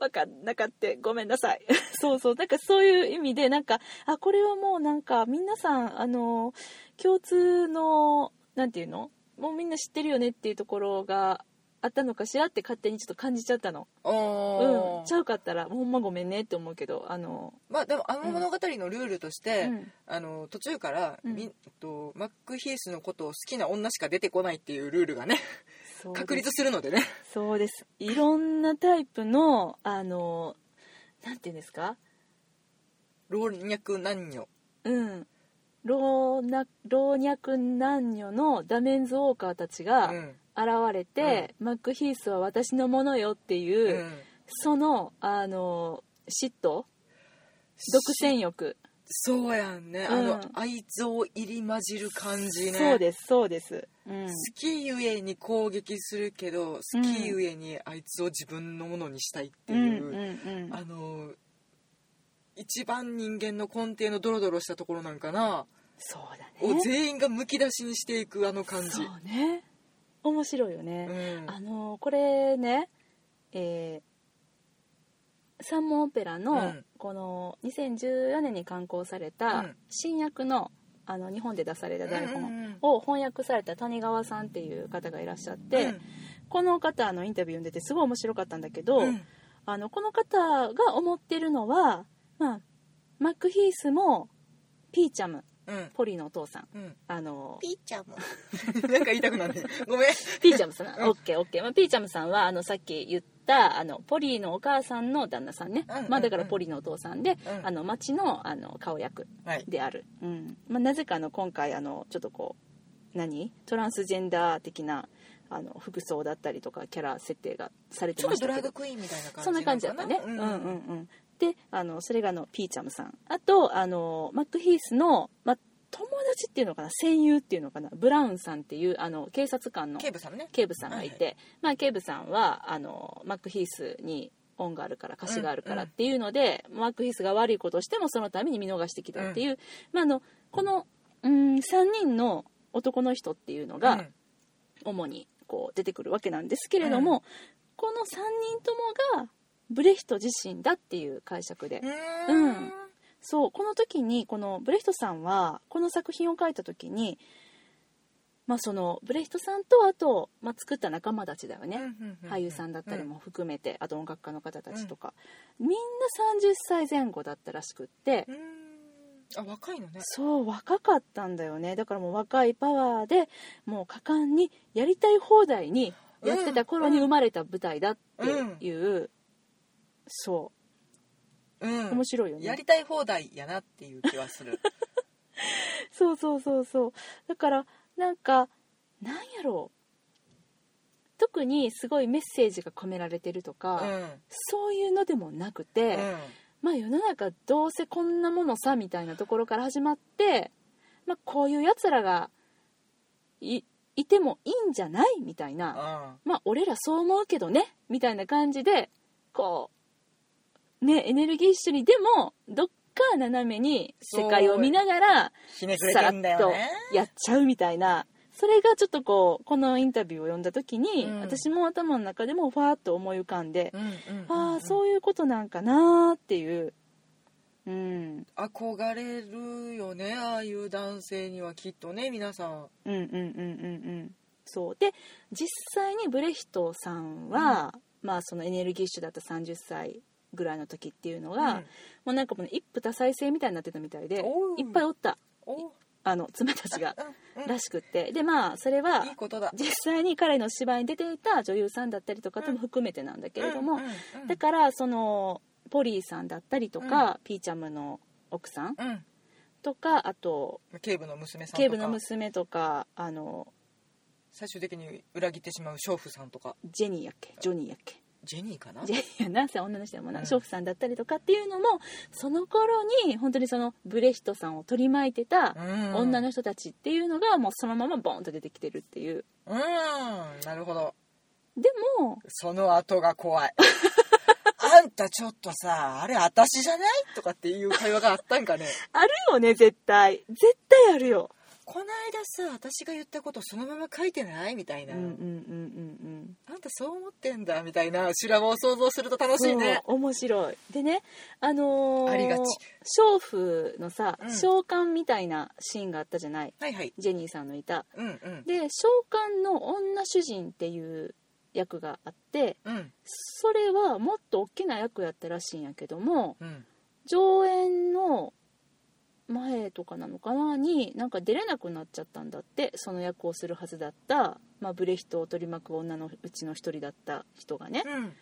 Speaker 1: バカなかってごめんなさい そうそうなんかそういう意味でなんかあこれはもうなんか皆さんあの共通のなんていうのもうみんな知ってるよねっていうところがあったのかしらって勝手にちょっと感じちゃったの
Speaker 2: あ
Speaker 1: うん
Speaker 2: ー
Speaker 1: ちゃうかったらほんまごめんねって思うけどあの
Speaker 2: まあでもあの物語のルールとして、
Speaker 1: うん
Speaker 2: あの途中から、
Speaker 1: うん
Speaker 2: みえっとマック・ヒースのことを好きな女しか出てこないっていうルールがね
Speaker 1: そうです
Speaker 2: 確立するのでね
Speaker 1: そうですいろんなタイプのあのなんていうんですか
Speaker 2: 老若男女
Speaker 1: うん老な老若男女のダメンズウォーカーたちが
Speaker 2: うん
Speaker 1: 現れて、マック・ヒースは私のものよって
Speaker 2: う
Speaker 1: いう、
Speaker 2: ん
Speaker 1: そのあの嫉妬独占欲、
Speaker 2: そうやんね、
Speaker 1: うん
Speaker 2: あの愛憎入り混じる感じね
Speaker 1: そうですそうです、うん、
Speaker 2: 好きゆえに攻撃するけど好きゆえにあいつを自分のものにしたいって
Speaker 1: うん
Speaker 2: いう、
Speaker 1: うんうん
Speaker 2: あの一番人間の根底のドロドロしたところなんかな
Speaker 1: そうだね
Speaker 2: を全員がむき出しにしていくあの感じ
Speaker 1: そ、うね面白いよ
Speaker 2: う
Speaker 1: ね、
Speaker 2: ん、
Speaker 1: あのこれねえー、サンモオペラ
Speaker 2: う
Speaker 1: の
Speaker 2: ん
Speaker 1: この2014年に刊行され
Speaker 2: う
Speaker 1: た
Speaker 2: ん
Speaker 1: 新訳のあの日本で出された台
Speaker 2: うんうんうん
Speaker 1: 本を翻訳された谷川さんっていう方がいらっしゃって、この方のインタビュー読んでてすごい面白かったんだけど、
Speaker 2: うんうん
Speaker 1: あのこの方が思ってるのは、まあ、マックヒースもピーチャム
Speaker 2: うん
Speaker 1: ポリのお父さん
Speaker 2: うん
Speaker 1: あの
Speaker 2: ピーちゃんも なんか言いたくなるねごめん
Speaker 1: ピーチャムさん、
Speaker 2: うん
Speaker 1: オッケーオッケー、まあ、ピーチャムさんはあのさっき言ったあのポリーのお母さんの旦那さんね、
Speaker 2: うんうんうん
Speaker 1: まあ、だからポリーのお父さんで、
Speaker 2: うん
Speaker 1: あの町のあの顔役
Speaker 2: はい
Speaker 1: である、うんまあ、なぜかあの今回あのちょっとこう何トランスジェンダー的なあの服装だったりとかキャラ設定がされて
Speaker 2: ちょっ
Speaker 1: ま
Speaker 2: と
Speaker 1: した
Speaker 2: ド
Speaker 1: け
Speaker 2: ラ
Speaker 1: ど
Speaker 2: ッグクイーンみたいな感じ
Speaker 1: そんな感じだったね。
Speaker 2: う
Speaker 1: うんん
Speaker 2: う
Speaker 1: うんん
Speaker 2: うん
Speaker 1: うん。で、あの、それがあの、ピーチャムさん。あと、あの、マックヒースの、ま、友達っていうのかな、戦友っていうのかな、ブラウンさんっていう、あの、警察官の
Speaker 2: 警部さんね
Speaker 1: 警部さんがいて、まあ、警部さんは、あの、マックヒースに、恩があるから歌詞があるからっていうので、マックヒースが悪いことをしてもそのために見逃してきたっていう、まあ、あのこのうん3人の男の人っていうのが、
Speaker 2: うん
Speaker 1: 主にこう出てくるわけなんですけれども、この3人ともがブレヒト自身だっていう解釈で、
Speaker 2: うーん
Speaker 1: そうこの時にこのブレヒトさんはこの作品を書いた時に、まあ、そのブレヒトさんとあと、まあ、作った仲間たちだよね、俳優さんだったりも含めて、あと音楽家の方たちとか、みんな30歳前後だったらしくって、
Speaker 2: うんあ若いのね
Speaker 1: そう若かったんだよねだからもう若いパワーでもう果敢にやりたい放題にやってた頃に生まれた舞台だっていう、そううん面白いよね、
Speaker 2: やりたい放題やなっていう気は する
Speaker 1: そうそうそうそうだからなんかなんやろう特にすごいメッセージが込められてると
Speaker 2: う
Speaker 1: か、
Speaker 2: ん
Speaker 1: そういうのでもなくて、
Speaker 2: うん
Speaker 1: まあ世の中どうせこんなものさみたいなところから始まって、まあ、こういうやつらがいいてもいいんじゃないみたいな、
Speaker 2: うん
Speaker 1: まあ俺らそう思うけどねみたいな感じでこうねエネルギッシュにでもどっか斜めに世界を見ながら
Speaker 2: ひねくれ
Speaker 1: さら
Speaker 2: て
Speaker 1: っ
Speaker 2: んだよ
Speaker 1: と
Speaker 2: ね
Speaker 1: やっちゃうみたいなそれがちょっとこうこのインタビューを読んだ時に、
Speaker 2: うん
Speaker 1: 私も頭の中でもファーっと思い浮かんで、ああ
Speaker 2: う
Speaker 1: そういうことなんかなーっていううん
Speaker 2: ん憧れるよねああいう男性にはきっとね皆さん
Speaker 1: うんうんうんうんうんそうで実際にブレヒトさんは、まあそのエネルギッシュだった30歳ぐらいの時っていうのが、
Speaker 2: うん
Speaker 1: もうなんかもう一夫多妻制みたいになってたみたいで
Speaker 2: おう
Speaker 1: いっぱいおった
Speaker 2: お
Speaker 1: あの妻たちが
Speaker 2: うんうん
Speaker 1: らしくってでまあそれはい
Speaker 2: いことだ
Speaker 1: 実際に彼の芝居に出ていた女優さんだったりとかとも含めてなんだけれども、
Speaker 2: うんうんうん
Speaker 1: だからそのポリーさんだったりとか、ピーチャムの奥さん
Speaker 2: うん
Speaker 1: とかあと
Speaker 2: 警部の娘さん
Speaker 1: 警
Speaker 2: と
Speaker 1: 部の
Speaker 2: か
Speaker 1: 娘とかあの
Speaker 2: 最終的に裏切ってしまう娼婦さんとか
Speaker 1: ジェニーやっけジョニーやっけ
Speaker 2: ジェニーかな
Speaker 1: ジェニーやなさ女の人やもんな
Speaker 2: うん
Speaker 1: 娼婦さんだったりとかっていうのもその頃に本当にそのブレヒトさんを取り巻いてた
Speaker 2: うん
Speaker 1: 女の人たちっていうのがもうそのままボンと出てきてるっていう
Speaker 2: うんなるほど
Speaker 1: でも
Speaker 2: その後が 怖いあんたちょっとさあれ私じゃないとかっていう会話があったんかね
Speaker 1: あるよね絶対絶対あるよ
Speaker 2: こないださ私が言ったことそのまま書いてないみたい
Speaker 1: うん
Speaker 2: な、
Speaker 1: うんうんうんうん
Speaker 2: あんたそう思ってんだみたいな修羅場を想像すると楽しいね
Speaker 1: そう面白いでねあのー、
Speaker 2: ありがち
Speaker 1: 娼婦のさ、
Speaker 2: うん
Speaker 1: 召喚みたいなシーンがあったじゃない
Speaker 2: はいはい
Speaker 1: ジェニーさんのいた
Speaker 2: うんうん
Speaker 1: で召喚の女主人っていう役があって
Speaker 2: うん
Speaker 1: それはもっと大きな役やったらしいんやけども
Speaker 2: うん
Speaker 1: 上演の前とかなのかなになんか出れなくなっちゃったんだってその役をするはずだった、まあ、ブレヒトを取り巻く女のうちの一人だった人がね
Speaker 2: うん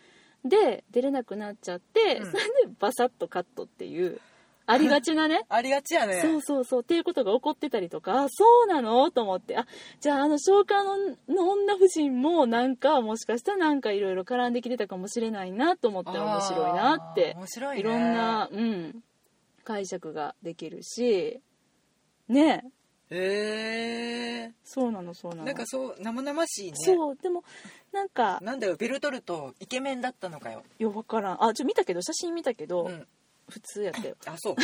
Speaker 1: で出れなくなっちゃって、
Speaker 2: うん
Speaker 1: それでバサッとカットっていうありがちなね
Speaker 2: ありがちやね
Speaker 1: そうそうそうっていうことが起こってたりとかあそうなのと思ってあじゃああの召喚のの女夫人もなんかもしかしたらなんかいろいろ絡んできてたかもしれないなと思って
Speaker 2: あー
Speaker 1: 面白いなって
Speaker 2: 面白い、
Speaker 1: い,、
Speaker 2: ね、
Speaker 1: ろんな、うん、解釈ができるしね
Speaker 2: へえ
Speaker 1: そうなのそうなの
Speaker 2: なんかそう生々しいね
Speaker 1: そうでもなんか
Speaker 2: なんだよベルトルトイケメンだったのかよ、
Speaker 1: よくわからんあちょ見たけど写真見たけど、
Speaker 2: うん、
Speaker 1: 普通やったよ
Speaker 2: あそう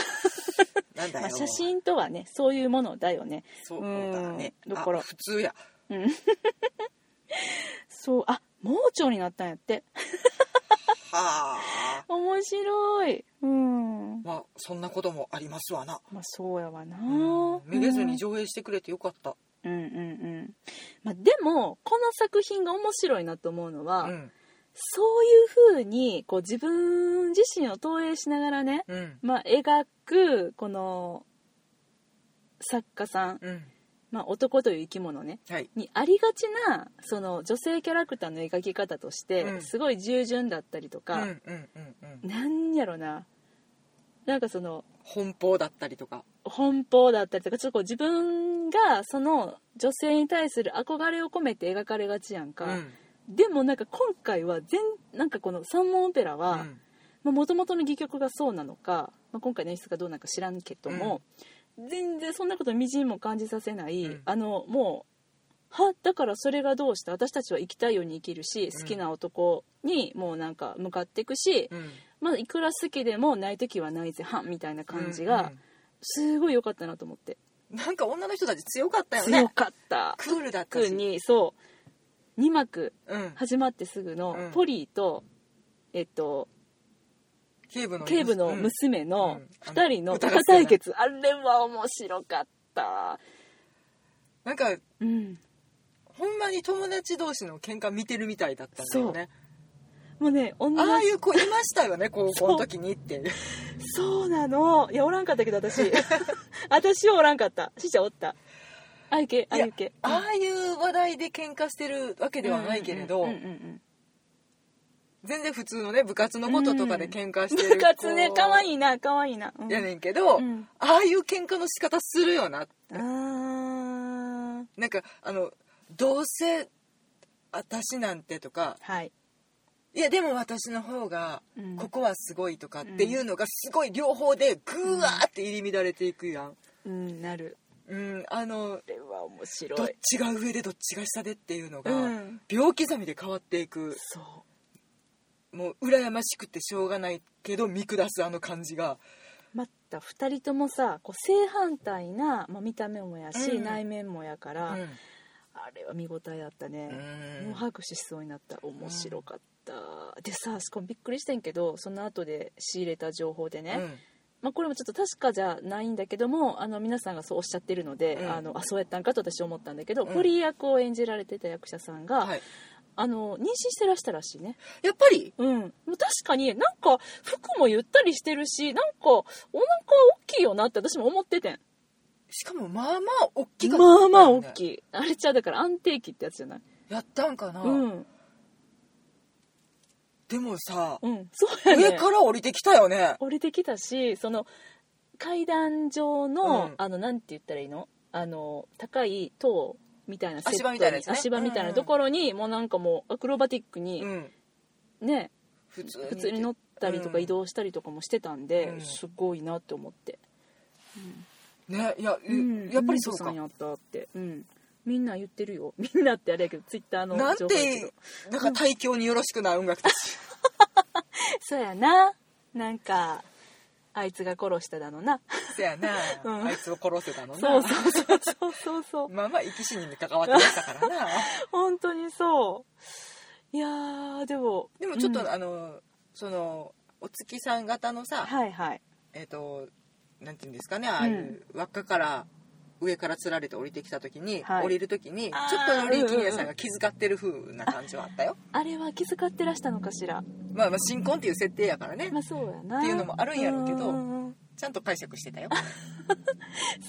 Speaker 2: なんだ
Speaker 1: ま
Speaker 2: よ
Speaker 1: あ、写真とはねそういうものだよね
Speaker 2: そうだね
Speaker 1: うんだから
Speaker 2: あ普通や
Speaker 1: そうあ盲腸になったんやって
Speaker 2: はあ
Speaker 1: 面白いうん
Speaker 2: まあそんなこともありますわな
Speaker 1: まあそうやわな
Speaker 2: うんめげず
Speaker 1: う
Speaker 2: に
Speaker 1: ん
Speaker 2: 上映してくれてよかった
Speaker 1: うんうんうんまあ、でもこの作品が面白いなと思うのは、
Speaker 2: うん
Speaker 1: そういう風にこう自分自身を投影しながらね、
Speaker 2: うん
Speaker 1: まあ、描くこの作家さん、
Speaker 2: うん
Speaker 1: まあ、男という生き物ね
Speaker 2: はい
Speaker 1: にありがちなその女性キャラクターの描き方として、
Speaker 2: うん
Speaker 1: すごい従順だったりと
Speaker 2: うんう
Speaker 1: か、
Speaker 2: んうんうん
Speaker 1: なんやろななんかその
Speaker 2: 奔放だったりとか
Speaker 1: 奔放だったりとかちょっとこう自分がその女性に対する憧れを込めて描かれがちやんか、
Speaker 2: うん
Speaker 1: でもなんか今回は全なんかこの「三門オペラは」
Speaker 2: うん
Speaker 1: もともとの戯曲がそうなのか、まあ、今回の演出がどうなのか知らんけども、全然そんなことみじんも感じさせない、
Speaker 2: うん
Speaker 1: あのもうはだからそれがどうして私たちは生きたいように生きるし
Speaker 2: うん
Speaker 1: 好きな男にもうなんか向かっていくし、
Speaker 2: うん
Speaker 1: まあ、いくら好きでもない時はないぜはみたいな感じが
Speaker 2: うん
Speaker 1: すごい良かったなと思って、
Speaker 2: うんなんか女の人たち強かったよ
Speaker 1: 強
Speaker 2: ね
Speaker 1: かった。
Speaker 2: クールだった
Speaker 1: 特
Speaker 2: し
Speaker 1: にそう2幕
Speaker 2: うん
Speaker 1: 始まってすぐ
Speaker 2: う
Speaker 1: の
Speaker 2: ん
Speaker 1: ポリーと、えっと
Speaker 2: 警部の
Speaker 1: 警部の娘の
Speaker 2: うん
Speaker 1: 2人の
Speaker 2: うんあの
Speaker 1: 歌対決あれは面白かった
Speaker 2: なんか
Speaker 1: うん
Speaker 2: ほんまに友達同士の喧嘩見てるみたいだったんだよね
Speaker 1: もうね同じ
Speaker 2: ああいう子いましたよね高校の時にっていう
Speaker 1: そうなのいやおらんかったけど 私私はおらんかったしーちゃんおったあゆけあ
Speaker 2: いや
Speaker 1: ゆけ
Speaker 2: ああいう話題で喧嘩してるわけではないけれど、
Speaker 1: うんうんうんうん
Speaker 2: 全然普通のね部活のこととかで喧嘩してる
Speaker 1: 部活ねかわ
Speaker 2: い
Speaker 1: いいなかわいいな、うん、
Speaker 2: やねんけど、
Speaker 1: うん
Speaker 2: ああいう喧嘩の仕方するよな
Speaker 1: あー
Speaker 2: なんかあのどうせ私なんてとか
Speaker 1: はい
Speaker 2: いやでも私の方が
Speaker 1: うん
Speaker 2: ここはすごいとかっていうのがすごい両方でぐわーって入り乱れていくやん、
Speaker 1: うんなる
Speaker 2: うん、あの
Speaker 1: これは面
Speaker 2: ど
Speaker 1: 白
Speaker 2: っ
Speaker 1: い
Speaker 2: ちが上でどっちが下でっていうのが
Speaker 1: うん
Speaker 2: 秒刻みで変わっていく、
Speaker 1: そう
Speaker 2: もう羨ましくてしょうがないけど見下すあの感じが
Speaker 1: また2人ともさこう正反対な、まあ、見た目もやし、
Speaker 2: うん
Speaker 1: 内面もやか
Speaker 2: う
Speaker 1: ら、
Speaker 2: ん
Speaker 1: あれは見応えあった
Speaker 2: う
Speaker 1: ね、もうん拍手しそうになった面白かった、でさしかもびっくりしてんけどその後で仕入れた情報でね、まあ、これもちょっと確かじゃないんだけどもあの皆さんがそうおっしゃってるので、
Speaker 2: うん
Speaker 1: あのあそうやったんかと私思ったんだけど、
Speaker 2: うん
Speaker 1: ポリ役を演じられてた役者さんが、
Speaker 2: はい、
Speaker 1: あの妊娠してらしたらしいね
Speaker 2: やっぱり
Speaker 1: うん、確かになんか服もゆったりしてるしなんかお腹大きいよなって私も思っててん
Speaker 2: しかもまあまあ大きかったよね
Speaker 1: まあまあ大きいあれちゃうだから安定期ってやつじゃない
Speaker 2: やったんかな、
Speaker 1: うん
Speaker 2: でもさ、
Speaker 1: うんそうやね
Speaker 2: 上から降りてきたよね
Speaker 1: 降りてきたしその階段上の、
Speaker 2: うん
Speaker 1: あのなんて言ったらいいのあの高い塔みたいなセット
Speaker 2: 足場みたいなやつね
Speaker 1: 足場みたいなところに、もうなんかもうアクロバティックに、
Speaker 2: うん
Speaker 1: ね
Speaker 2: 普通
Speaker 1: 普通に乗ったりとか
Speaker 2: うん
Speaker 1: 移動したりとかもしてたんで、
Speaker 2: うん
Speaker 1: すごいなって思って。
Speaker 2: ねいや、
Speaker 1: うん
Speaker 2: やっぱりそう
Speaker 1: ミント
Speaker 2: か
Speaker 1: さんやったって、うん、みんな言ってるよ みんなってあれやけどツイッターの
Speaker 2: なん
Speaker 1: 情報やけ
Speaker 2: て
Speaker 1: ど
Speaker 2: なんか大胸によろしくない音楽 たち
Speaker 1: そうやななんかあいつが殺しただのな
Speaker 2: そやな、
Speaker 1: うん
Speaker 2: あいつを殺せたのな
Speaker 1: そうそうそうそうそうそう
Speaker 2: まあまあ生き死にに関わってましたからな
Speaker 1: 本当にそういやーでも
Speaker 2: でもちょっと、
Speaker 1: うん
Speaker 2: あのそのお月さん型のさ、
Speaker 1: はいはい
Speaker 2: えっ、となんていうんですかねああいう輪っかから上からつられて降りてきた時に、
Speaker 1: はい
Speaker 2: 降りる時にちょ
Speaker 1: あー
Speaker 2: っとリー・キニアさんが気遣ってる風な感じはあったよ、
Speaker 1: あれは気遣ってらしたのかしら
Speaker 2: まあまあ新婚っていう設定やからね
Speaker 1: まあそうやな
Speaker 2: っていうのもあるんやろうけど
Speaker 1: んうん
Speaker 2: ちゃんと解釈してたよ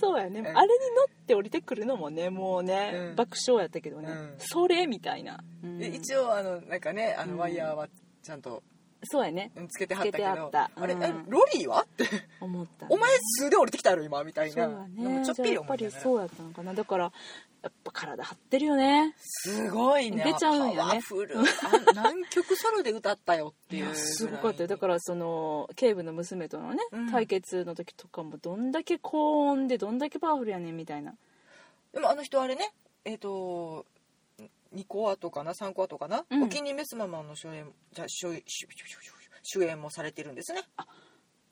Speaker 1: そうやね、
Speaker 2: うん
Speaker 1: あれに乗って降りてくるのもねもうね、
Speaker 2: うん
Speaker 1: 爆笑やったけどね、
Speaker 2: うん
Speaker 1: それみたいな、うん
Speaker 2: で一応あのなんかねあ
Speaker 1: うん
Speaker 2: のワイヤーはちゃんと
Speaker 1: そうやね
Speaker 2: うんつけてはった
Speaker 1: つ
Speaker 2: けど
Speaker 1: けてはった
Speaker 2: あれ
Speaker 1: うん
Speaker 2: えロリーはって
Speaker 1: 思った
Speaker 2: お前素で降りてきたやろ今みたい
Speaker 1: そうや
Speaker 2: なのも
Speaker 1: ね
Speaker 2: ちょっ
Speaker 1: じゃあ
Speaker 2: ぴり
Speaker 1: やっ
Speaker 2: 思
Speaker 1: ぱ
Speaker 2: いな
Speaker 1: り
Speaker 2: がら
Speaker 1: そうやったのかなだからやっぱ体張ってるよね
Speaker 2: すごいね
Speaker 1: 出ちゃうんやね
Speaker 2: パワフルあ南極ソロで歌ったよって
Speaker 1: い
Speaker 2: いうぐ
Speaker 1: や
Speaker 2: らい
Speaker 1: すごかったよだからその警部の娘とのね、
Speaker 2: うん
Speaker 1: 対決の時とかもどんだけ高音でどんだけパワフルやねんみたいな
Speaker 2: でもあの人あれねえっ、と2個後かな3個後かな、
Speaker 1: うん
Speaker 2: お気に召すままの主演じゃ主演主主主主演もされてるんですね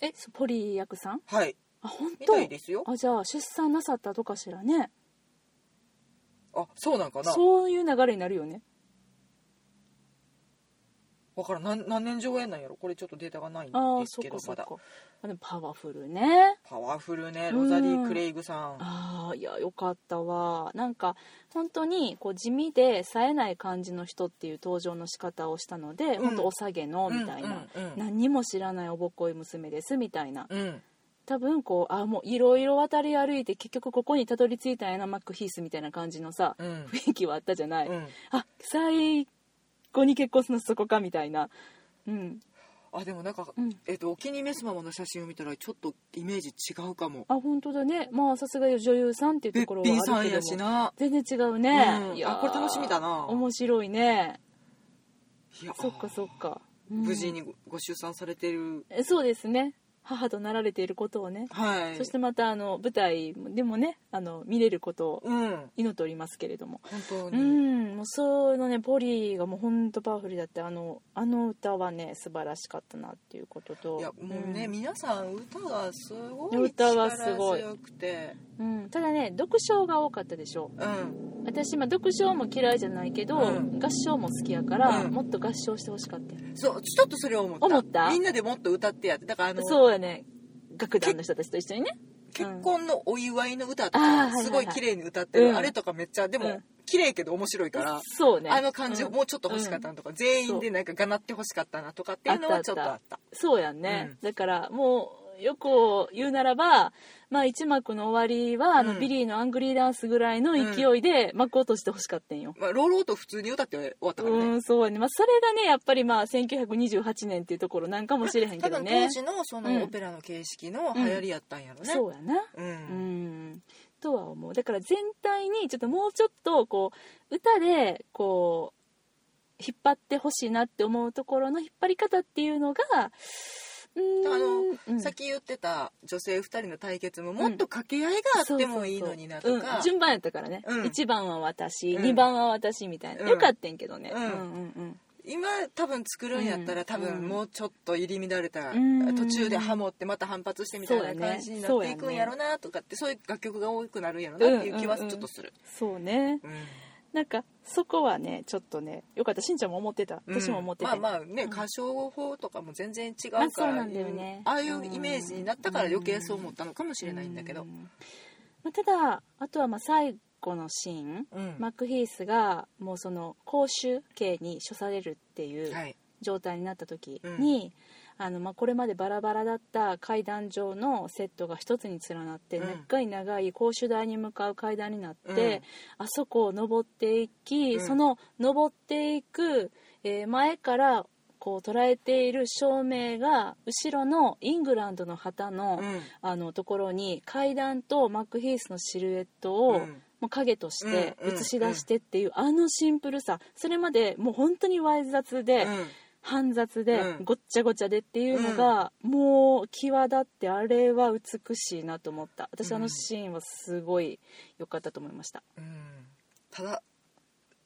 Speaker 1: えそポリ役さん
Speaker 2: はい
Speaker 1: あ本
Speaker 2: み
Speaker 1: 当
Speaker 2: たいですよ
Speaker 1: あじゃあ出産なさったとかしらね
Speaker 2: あそうなんかな
Speaker 1: そういう流れになるよね
Speaker 2: わからん何何年上演なんやろこれちょっとデータがないん
Speaker 1: ああ
Speaker 2: です
Speaker 1: そっ
Speaker 2: けど
Speaker 1: かそ
Speaker 2: ま
Speaker 1: っか
Speaker 2: だ
Speaker 1: あでもパワフルね
Speaker 2: パワフルねロザリー・クレイグさん
Speaker 1: ああいやよかったわなんか本当にこう地味で冴えない感じの人っていう登場の仕方をしたので、
Speaker 2: うん
Speaker 1: 本当お下げのみたいな、
Speaker 2: うんうんうん
Speaker 1: 何にも知らないおぼっこい娘ですみたいな
Speaker 2: うん
Speaker 1: 多分こうあもういろいろ渡り歩いて結局ここにたどり着いたんやなマックヒースみたいな感じのさ、
Speaker 2: うん
Speaker 1: 雰囲気はあったじゃない、
Speaker 2: うん
Speaker 1: あ最後に結婚するのそこかみたいなうん
Speaker 2: あでもなんか、
Speaker 1: うん
Speaker 2: えっとお気に召すままの写真を見たらちょっとイメージ違うかも
Speaker 1: あ本当だねまあさすが女優さんっていう
Speaker 2: べ
Speaker 1: と
Speaker 2: っ
Speaker 1: ころ
Speaker 2: ぴん
Speaker 1: は
Speaker 2: さ
Speaker 1: あ
Speaker 2: ん
Speaker 1: るけ
Speaker 2: や
Speaker 1: ど
Speaker 2: し
Speaker 1: も
Speaker 2: な
Speaker 1: 全然違うね、
Speaker 2: うん
Speaker 1: いやー
Speaker 2: あこれ楽しみだな
Speaker 1: 面白いね
Speaker 2: いや
Speaker 1: そっかそっか、うん
Speaker 2: 無事にごご出産されてる
Speaker 1: えそうですね母となられていることをね、
Speaker 2: はい
Speaker 1: そしてまたあの舞台でもねあの見れることを
Speaker 2: うん
Speaker 1: 祈っておりますけれども
Speaker 2: 本当
Speaker 1: う
Speaker 2: に、
Speaker 1: んもうそのねポリーがもうほんとパワフルだってあのあの歌はね素晴らしかったなっていうことと
Speaker 2: いやもうね、
Speaker 1: ん
Speaker 2: 皆さん歌がすごい
Speaker 1: 歌はすごい
Speaker 2: 力強くて
Speaker 1: うんただね読書が多かったでしょ
Speaker 2: うん
Speaker 1: 私、まあ、読書も嫌いじゃないけど、
Speaker 2: うん
Speaker 1: 合唱も好きやから、
Speaker 2: うん
Speaker 1: もっと合唱してほしかったよ
Speaker 2: そうちょっとそれを思った
Speaker 1: 思った
Speaker 2: みんなでもっと歌ってやってだからあの
Speaker 1: そうやね楽団の人たちと一緒にね
Speaker 2: 結婚のお祝いの歌と
Speaker 1: あーはい
Speaker 2: か
Speaker 1: はいはい
Speaker 2: すごい綺麗に歌ってる、
Speaker 1: うん
Speaker 2: あれとかめっちゃでも、
Speaker 1: うん
Speaker 2: 綺麗けど面白いから、
Speaker 1: そうね
Speaker 2: あの感じ
Speaker 1: う
Speaker 2: を
Speaker 1: ん
Speaker 2: もうちょっと欲しかったなとか、全員でなんかがなって欲しかったなとかっていうの
Speaker 1: あ
Speaker 2: は
Speaker 1: った
Speaker 2: ち
Speaker 1: あ
Speaker 2: ょ
Speaker 1: っ
Speaker 2: ったとあった
Speaker 1: そうやんね、
Speaker 2: うん
Speaker 1: だからもうよく言うならば、まあ、一幕の終わりはあの、
Speaker 2: うん
Speaker 1: ビリーのアングリーダンスぐらいの勢いで幕を閉じてほしかったんよ、
Speaker 2: まあ、ローローと普通に歌って終わったから
Speaker 1: う
Speaker 2: ね、
Speaker 1: んそうやね、まあ、それがねやっぱりまあ1928年っていうところなんかもしれへん
Speaker 2: 多
Speaker 1: けど
Speaker 2: 分
Speaker 1: ね
Speaker 2: 当時のそ
Speaker 1: うん
Speaker 2: のオペラの形式の流行りやったんやろね、
Speaker 1: そうやな
Speaker 2: うん
Speaker 1: うんとは思うだから全体にちょっともうちょっとこう歌でこう引っ張ってほしいなって思うところの引っ張り方っていうのがうーん
Speaker 2: あの
Speaker 1: うん
Speaker 2: さっき言ってた女性2人の対決ももっと掛け合いがあってもいいのになと
Speaker 1: そうそうそうう
Speaker 2: か
Speaker 1: ん、順番やったからね、
Speaker 2: うん
Speaker 1: 1番は私、
Speaker 2: うん
Speaker 1: 2番は私みたいな、
Speaker 2: うん
Speaker 1: よかったんけどね、
Speaker 2: うん
Speaker 1: うん
Speaker 2: 今多分作るんやった
Speaker 1: う
Speaker 2: ら
Speaker 1: ん
Speaker 2: 多分もうちょっと入り乱れた、
Speaker 1: うん
Speaker 2: 途中でハモってまた反発してみた
Speaker 1: そうや
Speaker 2: いな
Speaker 1: ね
Speaker 2: 感じになっていくんやろなとかってそういう楽曲が多くなるんやろなっていう気はちょっとする。
Speaker 1: そうね
Speaker 2: うん
Speaker 1: なんかそこはねちょっとねよかったしんちゃんも思ってた
Speaker 2: うん
Speaker 1: 私も思ってた、
Speaker 2: まあまあね、
Speaker 1: うん
Speaker 2: 歌唱法とかも全然違う
Speaker 1: ま
Speaker 2: か
Speaker 1: あそうな
Speaker 2: ら、
Speaker 1: んだよね
Speaker 2: ああいうイメージになったから余計そう思ったのかもし
Speaker 1: 知
Speaker 2: れないんだけど、
Speaker 1: まあ、ただあとはまあ最後のシーン、
Speaker 2: うん
Speaker 1: マックヒースがもうその公衆刑に処されるっていう
Speaker 2: はい、
Speaker 1: 状態になった時に、あのまあ、これまでバラバラだった階段上のセットが一つに連なって、
Speaker 2: うん
Speaker 1: 長い長い公衆台に向かう階段になって、
Speaker 2: う
Speaker 1: あ
Speaker 2: ん
Speaker 1: そこを登っていき、
Speaker 2: うん
Speaker 1: その登っていく、えー前からこう捉えている照明が後ろのイングランドの旗の,、
Speaker 2: うん
Speaker 1: あのところに階段とマックヒースのシルエットを、
Speaker 2: うん
Speaker 1: もう影として
Speaker 2: うんうん
Speaker 1: 映し出してっていう、あのシンプルさそれまでもう本当にわい雑で。
Speaker 2: うん
Speaker 1: 煩雑で
Speaker 2: うん
Speaker 1: ごっちゃごちゃでっていうのが、もう際立ってあれは美しいなと思った私
Speaker 2: うん
Speaker 1: あのシーンはすごい良かったと思いました、
Speaker 2: うんただ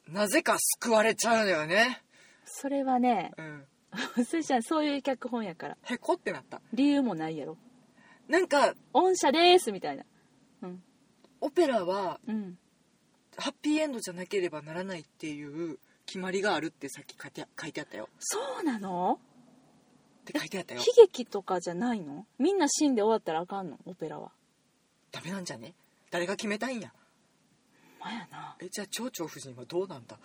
Speaker 2: なぜか救われちゃうのよね、
Speaker 1: それはね
Speaker 2: うん、
Speaker 1: それじゃんそういう脚本やから
Speaker 2: へこってなった
Speaker 1: 理由もないやろ
Speaker 2: なんか
Speaker 1: 御社ですみたいなうん
Speaker 2: オペラは
Speaker 1: うん
Speaker 2: ハッピーエンドじゃなければならないっていう決まりがあるってさっき書いて書いてあったよ
Speaker 1: そうなの
Speaker 2: って書いてあった
Speaker 1: 悲
Speaker 2: よ
Speaker 1: 劇とかじゃないのみんな死んで終わったらあかんのオペラは
Speaker 2: ダメなんじゃね誰が決めたいんや
Speaker 1: まやな
Speaker 2: えじゃあ蝶々夫人はどう なんだ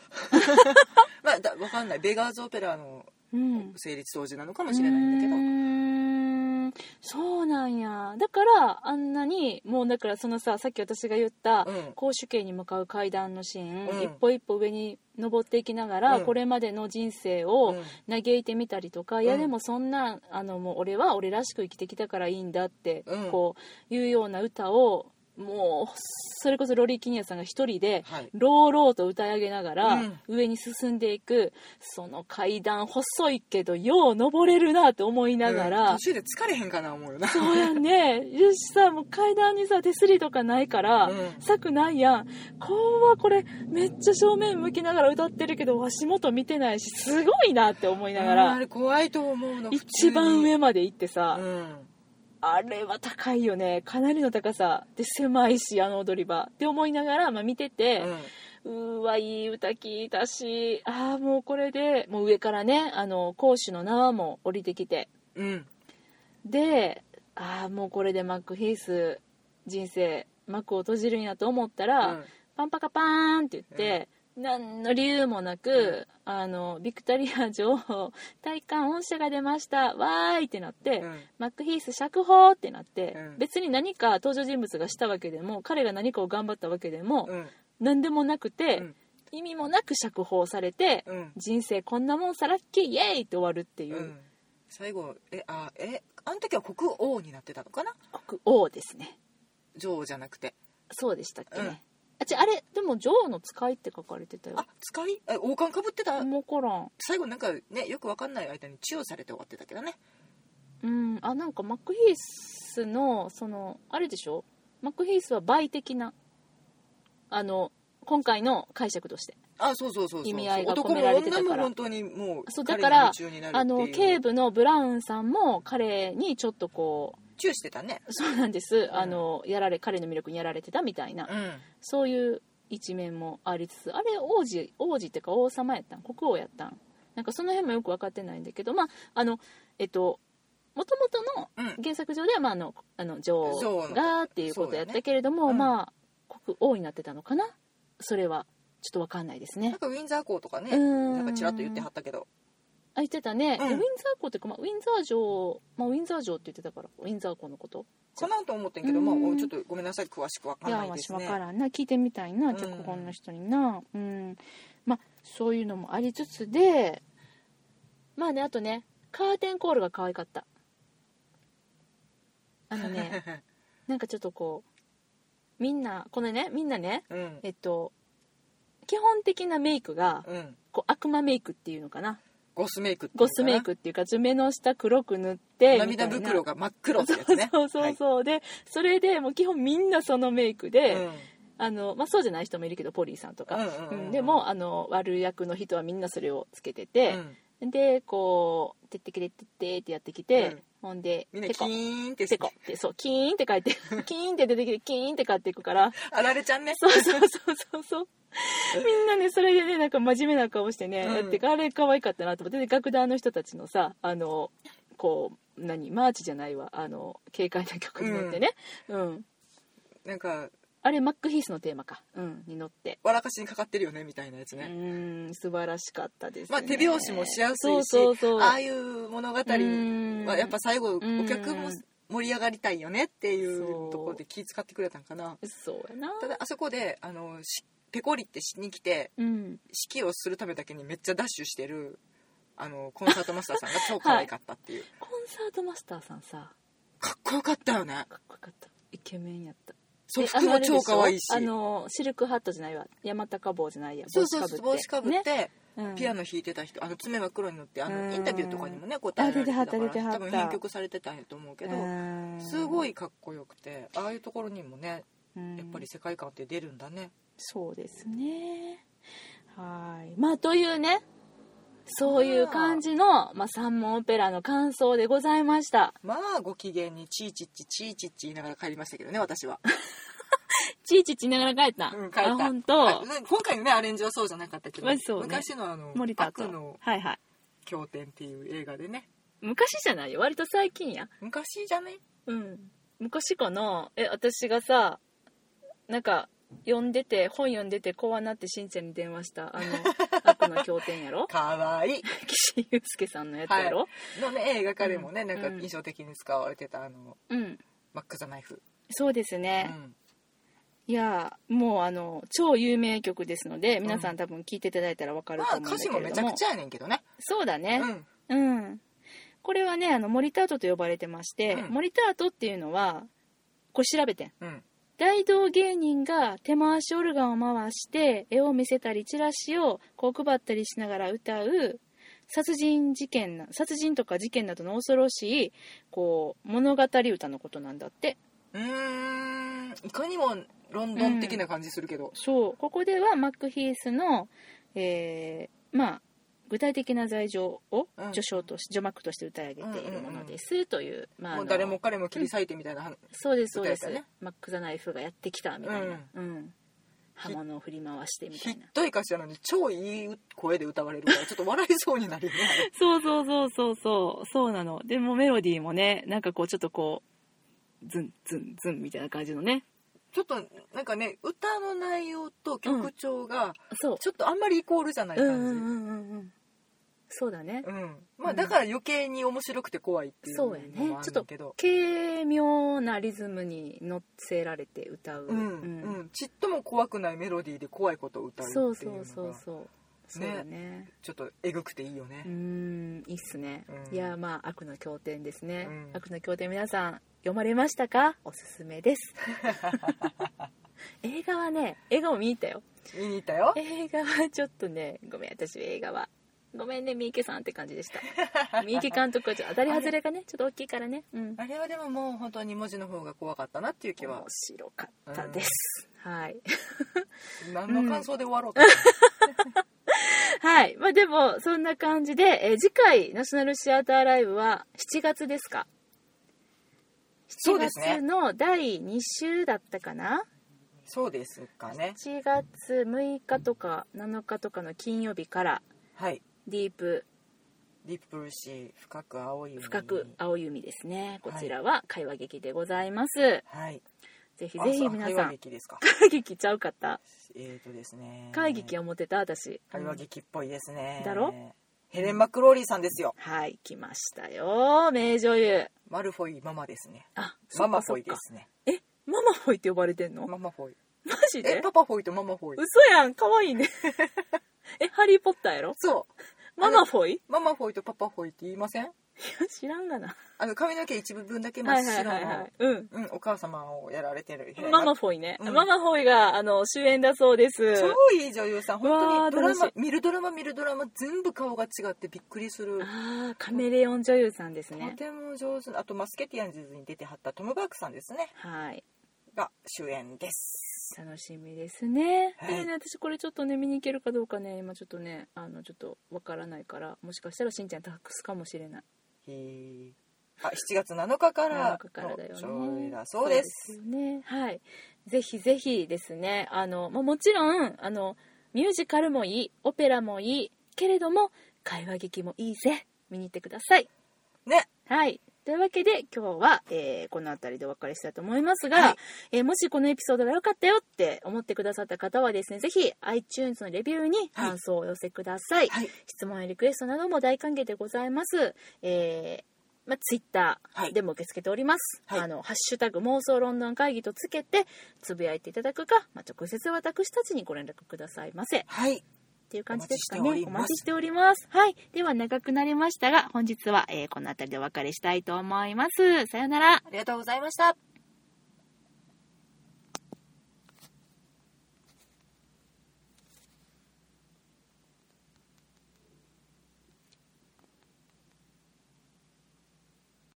Speaker 2: まあだわかんないベガーズオペラの
Speaker 1: うん
Speaker 2: 成立当時なのかもしれないんだけど
Speaker 1: うーんそうなんやだからあんなにもうだからそのささっき私が言った
Speaker 2: うん
Speaker 1: 公主刑に向かう階段のシーン、
Speaker 2: うん
Speaker 1: 一歩一歩上に登っていきながら、
Speaker 2: うん
Speaker 1: これまでの人生を嘆いてみたりとか、いや
Speaker 2: うん
Speaker 1: でもそんなあのもう俺は俺らしく生きてきたからいいんだって、
Speaker 2: うん
Speaker 1: こういうような歌をもうそれこそロリー・キニアさんが一人で
Speaker 2: はい
Speaker 1: 朗々と歌い上げながら、
Speaker 2: うん
Speaker 1: 上に進んでいくその階段細いけどよう登れるなと思いながら、
Speaker 2: うん途中で疲れへんかな思 うよな
Speaker 1: そうやんね。よしさ、もう階段にさ、手すりとかないから、
Speaker 2: うん
Speaker 1: 策ないやん。こうはこれ、めっちゃ正面向きながら歌ってるけど、足元見てないし、すごいなって思いなが
Speaker 2: うんあ
Speaker 1: ら、
Speaker 2: れ怖いと思うの普通に
Speaker 1: 一番上まで行ってさ、
Speaker 2: うん
Speaker 1: あれは高いよねかなりの高さで狭いしあの踊り場って思いながら、まあ、見てて、うーわいい歌聞いたしああもうこれでもう上からねあの講師の縄も降りてきて
Speaker 2: うんうん
Speaker 1: でああもうこれでマックヒース人生幕を閉じるんやと思ったら、
Speaker 2: うん
Speaker 1: パンパカパーンって言って、何の理由もなく、あのビクタリア女王体感御社が出ましたわーいってなって、
Speaker 2: うん
Speaker 1: マックヒース釈放ってなって、
Speaker 2: うん
Speaker 1: 別に何か登場人物がしたわけでも彼が何かを頑張ったわけでも、
Speaker 2: うん
Speaker 1: 何でもなくて、
Speaker 2: うん
Speaker 1: 意味もなく釈放されて、
Speaker 2: うん
Speaker 1: 人生こんなもんさラッキーイエーイって終わるっていううん
Speaker 2: 最後えあえあの時は国王になってたのかな
Speaker 1: 国王ですね、
Speaker 2: 女王じゃなくて
Speaker 1: そうでしたっけね、
Speaker 2: うん
Speaker 1: あちあれでも女王の使いって書かれてたよ
Speaker 2: あ使いえ王冠かぶってた
Speaker 1: もうコロン
Speaker 2: 最後なんかねよくわかんない間にチューされて終わってたけどね
Speaker 1: うんあなんかマックヒースのそのあれでしょマックヒースは倍的なあの今回の解釈として
Speaker 2: あそうそうそうそう
Speaker 1: 意味合いが込
Speaker 2: 男
Speaker 1: めら
Speaker 2: も
Speaker 1: れてたから
Speaker 2: 女も本当にもう
Speaker 1: そうだ
Speaker 2: 彼
Speaker 1: か
Speaker 2: に夢
Speaker 1: ら
Speaker 2: 中になるっていう
Speaker 1: あの警部のブラウンさんも彼にちょっとこう
Speaker 2: チューしてたね
Speaker 1: そうなんです、あのやられ彼の魅力にやられてたみたいな、
Speaker 2: うん
Speaker 1: そういう一面もありつつあれ王子王子ってか王様やったん国王やったんなんかその辺もよく分かってないんだけどまああのえっともともとの
Speaker 2: うん
Speaker 1: 原作上では、まあ、あのあの女
Speaker 2: 女
Speaker 1: 王
Speaker 2: 王
Speaker 1: が
Speaker 2: の
Speaker 1: っていうことやっ
Speaker 2: そうだ
Speaker 1: た
Speaker 2: ね
Speaker 1: けれども、
Speaker 2: うん
Speaker 1: まあ国王になってたのかなそれはちょっと分かんないですね
Speaker 2: なんかウィンザー校とかね
Speaker 1: うん
Speaker 2: なんかちらっと言ってはったけど
Speaker 1: あ言ってたね、
Speaker 2: うん
Speaker 1: でウィンザー校っていうか、まあ、ウィンザー城、まあ、ウィンザー城って言ってたからウィンザー校のこと
Speaker 2: かなと思ってんけど
Speaker 1: うん
Speaker 2: まあおちょっとごめんなさい詳しくわか
Speaker 1: い
Speaker 2: ん
Speaker 1: や
Speaker 2: ない
Speaker 1: わ
Speaker 2: で
Speaker 1: し
Speaker 2: す
Speaker 1: わ
Speaker 2: ね
Speaker 1: からんな聞いてみたいな
Speaker 2: うん
Speaker 1: 脚本の人になうん、まあそういうのもありつつでまあねあとねカーテンコールが可愛かったあの ねなんかちょっとこうみんなこのねみんなね
Speaker 2: うん
Speaker 1: えっと基本的なメイクが
Speaker 2: うん
Speaker 1: こう悪魔メイクっていうのかな
Speaker 2: ゴスメイクっていうの
Speaker 1: ゴ
Speaker 2: か
Speaker 1: ス
Speaker 2: な
Speaker 1: メイクっていうか目の下黒く塗ってみた
Speaker 2: 涙
Speaker 1: いな
Speaker 2: 袋が真っ黒ってやつね
Speaker 1: そうそうそう、でそれでもう基本みんなそのメイクで、
Speaker 2: はい
Speaker 1: あのまあ、そうじゃない人もいるけどポリーさんとか、
Speaker 2: うんうんうんうん
Speaker 1: うんでもあの悪役の人はみんなそれをつけて
Speaker 2: う
Speaker 1: て
Speaker 2: んう、ん
Speaker 1: でこう「てってけれってって」ってやってきて、
Speaker 2: うん
Speaker 1: ほんで「
Speaker 2: みんな
Speaker 1: て
Speaker 2: キ
Speaker 1: こ
Speaker 2: ーンって
Speaker 1: てこ」ってそうキーンって書いて キーンって出てきてキーンって買っていくから
Speaker 2: あられちゃんね
Speaker 1: そうそうそうそうそうみんなねそれでねなんか真面目な顔してね、
Speaker 2: うん
Speaker 1: やってあれ可愛かったなと思ってで楽団の人たちのさあのこう何マーチじゃないわあの軽快な曲に乗ってね、うん、
Speaker 2: なんか
Speaker 1: あれマックヒースのテーマか、うん、に乗って。
Speaker 2: 笑かしにかかってるよねみたいなやつ
Speaker 1: う
Speaker 2: ね
Speaker 1: ーん素晴らしかったです、ね。
Speaker 2: まあ手拍子もしやす
Speaker 1: そう
Speaker 2: い
Speaker 1: そう
Speaker 2: し
Speaker 1: そう。
Speaker 2: ああいう物語は
Speaker 1: うん
Speaker 2: やっぱ最後お客
Speaker 1: う
Speaker 2: も
Speaker 1: ん
Speaker 2: 盛り上がりたいよねっていう
Speaker 1: そう
Speaker 2: ところで気遣ってくれたんかな
Speaker 1: そうやな。
Speaker 2: ただあそこであのしペコリってしに来て
Speaker 1: うん。
Speaker 2: 指揮をするためだけにめっちゃダッシュしてるあのコンサートマスターさんが超可愛かったっていう、
Speaker 1: コンサートマスターさんさ、
Speaker 2: かっこよかったよね
Speaker 1: かっこよかった。イケメンやった。
Speaker 2: そう
Speaker 1: で
Speaker 2: 服も超可愛いし
Speaker 1: あのあれでょあのシルクハットじゃないわ。山高帽じゃないや。
Speaker 2: そうそうそう帽子かぶって、
Speaker 1: ねうん
Speaker 2: ピアノ弾いてた人あの爪は黒に塗ってあ
Speaker 1: うん
Speaker 2: のインタビューとかにもね答えられてたか
Speaker 1: あ出てはった出ては
Speaker 2: ら
Speaker 1: った
Speaker 2: 多分編曲されてたんやと思うけど
Speaker 1: うん
Speaker 2: すごいかっこよくてああいうところにもね
Speaker 1: うん
Speaker 2: やっぱり世界観って出るんだね
Speaker 1: そうですね。はい。まあというね。そういう感じの、まあ、三門オペラの感想でございました。
Speaker 2: まあご機嫌にチーチッチチーチッチ言いながら帰りましたけどね私は、
Speaker 1: ちいちいちながら帰った。
Speaker 2: うん、帰った
Speaker 1: あ、本
Speaker 2: あ
Speaker 1: 当。
Speaker 2: ね今回のねアレンジはそうじゃなかったけど、
Speaker 1: まあそうね
Speaker 2: 昔のあの
Speaker 1: 森田と
Speaker 2: 悪。の
Speaker 1: はいはい。
Speaker 2: 経典っていう映画でね
Speaker 1: 昔じゃないよ割と最近や
Speaker 2: 昔じゃね
Speaker 1: うん昔かなえ私がさなんか読んでて本読んでて怖なってしんちゃんに電話した あの悪の経典やろ
Speaker 2: かわいい
Speaker 1: 岸優介さんのやつやろ、
Speaker 2: のね映画化でもね、
Speaker 1: ん
Speaker 2: なんか
Speaker 1: うん
Speaker 2: 印象的に使われてたあの
Speaker 1: うん
Speaker 2: マック・ザ・ナイフ、
Speaker 1: そうです
Speaker 2: う
Speaker 1: ね、
Speaker 2: ん、
Speaker 1: いやもうあの超有名曲ですので皆さん多分聞いていただいたらわかる
Speaker 2: ま
Speaker 1: と
Speaker 2: あ
Speaker 1: 思うんだ
Speaker 2: 歌
Speaker 1: けれ
Speaker 2: 詞
Speaker 1: ども、
Speaker 2: もめちゃくちゃやねんけどね
Speaker 1: そうだね、
Speaker 2: うん
Speaker 1: うん、これはねあのモリタートと呼ばれてまして、
Speaker 2: うん
Speaker 1: モリタートっていうのはこれ調べてん
Speaker 2: うん
Speaker 1: 大道芸人が手回しオルガンを回して絵を見せたりチラシをこう配ったりしながら歌う殺人事件な殺人とか事件などの恐ろしいこう物語歌のことなんだって
Speaker 2: うーんいかにもロンドン的な感じするけど、
Speaker 1: そうここではマックヒースの、えーまあ具体的な罪状を
Speaker 2: うん
Speaker 1: 序章とし序幕として歌い上げているものです、という、まあ、あ
Speaker 2: も
Speaker 1: の
Speaker 2: う誰も彼も切り裂いてみたいな、
Speaker 1: そうですそうです、
Speaker 2: 歌やったね
Speaker 1: マック・ザ・ナイフがやってきたみたいな、うん刃物を振り回してみた
Speaker 2: ひっ
Speaker 1: いな
Speaker 2: どい歌詞なのに超いい声で歌われ るからちょっと笑いそうになるよね
Speaker 1: そうそうそうそうそうそうなのでもメロディーもねなんかこうちょっとこうズンズンズンみたいな感じのね
Speaker 2: ちょっとなんかね歌の内容と曲調が
Speaker 1: そう
Speaker 2: ちょっとあんまりイコールじゃない
Speaker 1: うんうん
Speaker 2: 感
Speaker 1: うんうんそうだね
Speaker 2: じ、うんまあだから余計に面白くて怖いっていうの
Speaker 1: そ
Speaker 2: も
Speaker 1: う
Speaker 2: あ
Speaker 1: やね
Speaker 2: るん
Speaker 1: ちょっ
Speaker 2: だ
Speaker 1: と
Speaker 2: けど
Speaker 1: 軽妙なリズムに乗せられて歌う、
Speaker 2: うんうん、ちっとも怖くないメロディーで怖いことを歌う
Speaker 1: そう
Speaker 2: ってい
Speaker 1: そう
Speaker 2: の
Speaker 1: う
Speaker 2: が
Speaker 1: そうそうそうだね
Speaker 2: ちょっとえぐくていいよね
Speaker 1: うー、んいいっすね、
Speaker 2: うん
Speaker 1: いやまあ悪の経典ですね、
Speaker 2: うん
Speaker 1: 悪の経典皆さん読まれましたかおすすめです 映画はね映画も見に行ったよ
Speaker 2: 見に行ったよ
Speaker 1: 映画はちょっとねごめん私映画はごめんね三池さんって感じでした 三池監督はちょっと当たり外れがねちょっと大きいからねうん
Speaker 2: あれはでももう本当に文字の方が怖かったなっていう気は
Speaker 1: 面白かったです、はい
Speaker 2: 何の感想で終わろうと思って
Speaker 1: はいまあでもそんな感じで、えー次回ナショナルシアターライブは7月ですか
Speaker 2: そう
Speaker 1: 7
Speaker 2: ですね
Speaker 1: 月の第2週だったかな、
Speaker 2: そうですかね
Speaker 1: 7月6日とか7日とかの金曜日から
Speaker 2: はい
Speaker 1: ディープ
Speaker 2: ディープブルーシー深く青い海
Speaker 1: 深く青い海ですねこちらは会話劇でございます、
Speaker 2: はい
Speaker 1: ぜひ
Speaker 2: あ
Speaker 1: ぜひ
Speaker 2: そう
Speaker 1: 皆
Speaker 2: 会
Speaker 1: さ
Speaker 2: 話
Speaker 1: ん
Speaker 2: 劇です か
Speaker 1: 会劇ちゃうかった
Speaker 2: えーとですね
Speaker 1: 会劇は持ってた私
Speaker 2: 会話劇っぽいですね
Speaker 1: だろ
Speaker 2: ヘレン・マクローリーさんですよ
Speaker 1: はい来ましたよ名女優
Speaker 2: マルフォイママですね
Speaker 1: あそ
Speaker 2: マ
Speaker 1: っ
Speaker 2: マ
Speaker 1: か
Speaker 2: フ
Speaker 1: そ
Speaker 2: ォ
Speaker 1: っ
Speaker 2: イで
Speaker 1: か
Speaker 2: すね
Speaker 1: えママフォイって呼ばれてんのマ
Speaker 2: ママフォイ
Speaker 1: ジ
Speaker 2: え
Speaker 1: で
Speaker 2: パパフォイとママフォイ
Speaker 1: 嘘やん可愛いねえハリー・ポッターやろ
Speaker 2: そう
Speaker 1: ママフォイい
Speaker 2: ママフォイとパパフォイって言いません
Speaker 1: や知らんがな
Speaker 2: あの髪の毛一部分だけ真
Speaker 1: は
Speaker 2: っ
Speaker 1: いはい
Speaker 2: 白の、
Speaker 1: はいはいうん
Speaker 2: うん、お母様をやられてるヘレン
Speaker 1: ママフォイね、
Speaker 2: うん
Speaker 1: ママフォイがあの主演だそうです
Speaker 2: 超いい女優さん
Speaker 1: うわ
Speaker 2: 本
Speaker 1: ー
Speaker 2: 当にドラマ
Speaker 1: 楽
Speaker 2: 見るドラマ見るドラマ全部顔が違ってびっくりする
Speaker 1: ああカメレオン女優さんです
Speaker 2: と
Speaker 1: ね
Speaker 2: ても上手なあとマスケティアンズに出てはったトム・バークさんですね
Speaker 1: はい
Speaker 2: が主演です
Speaker 1: 楽しみですね、
Speaker 2: はい
Speaker 1: でね私これちょっとね見に行けるかどうかね今ちょっとねあのちょっとわからないからもしかしたらしんちゃん託すかもしれない
Speaker 2: へーあ7月7日か
Speaker 1: 7
Speaker 2: ら
Speaker 1: 日からだよね
Speaker 2: の上映だそうで
Speaker 1: そ
Speaker 2: す
Speaker 1: うですよねはいぜひぜひですねあの、まあ、もちろんあのミュージカルもいいオペラもいいけれども会話劇もいいぜ見に行ってください
Speaker 2: ね
Speaker 1: はい。というわけで今日は、えーこの辺りでお別れしたいと思いますが、
Speaker 2: はい
Speaker 1: えーもしこのエピソードが良かったよって思ってくださった方はですね、ぜひ iTunes のレビューに
Speaker 2: はい
Speaker 1: 感想をお寄せください。
Speaker 2: はい
Speaker 1: 質問やリクエストなども大歓迎でございます。えーまあ、ツイッタ
Speaker 2: は
Speaker 1: ー
Speaker 2: い
Speaker 1: でも受け付けております、
Speaker 2: はい
Speaker 1: あのハッシュタグ妄想ロンドン会議とつけてつぶやいていただくか、まあ、直接私たちにご連絡くださいませ
Speaker 2: はい
Speaker 1: っていう感じですかね。お
Speaker 2: お
Speaker 1: 待
Speaker 2: 待
Speaker 1: ち
Speaker 2: ちしております
Speaker 1: しております。はい。では長くなりましたが、本日は、えーこの辺りでお別れしたいと思います。さようなら。
Speaker 2: ありがとうございました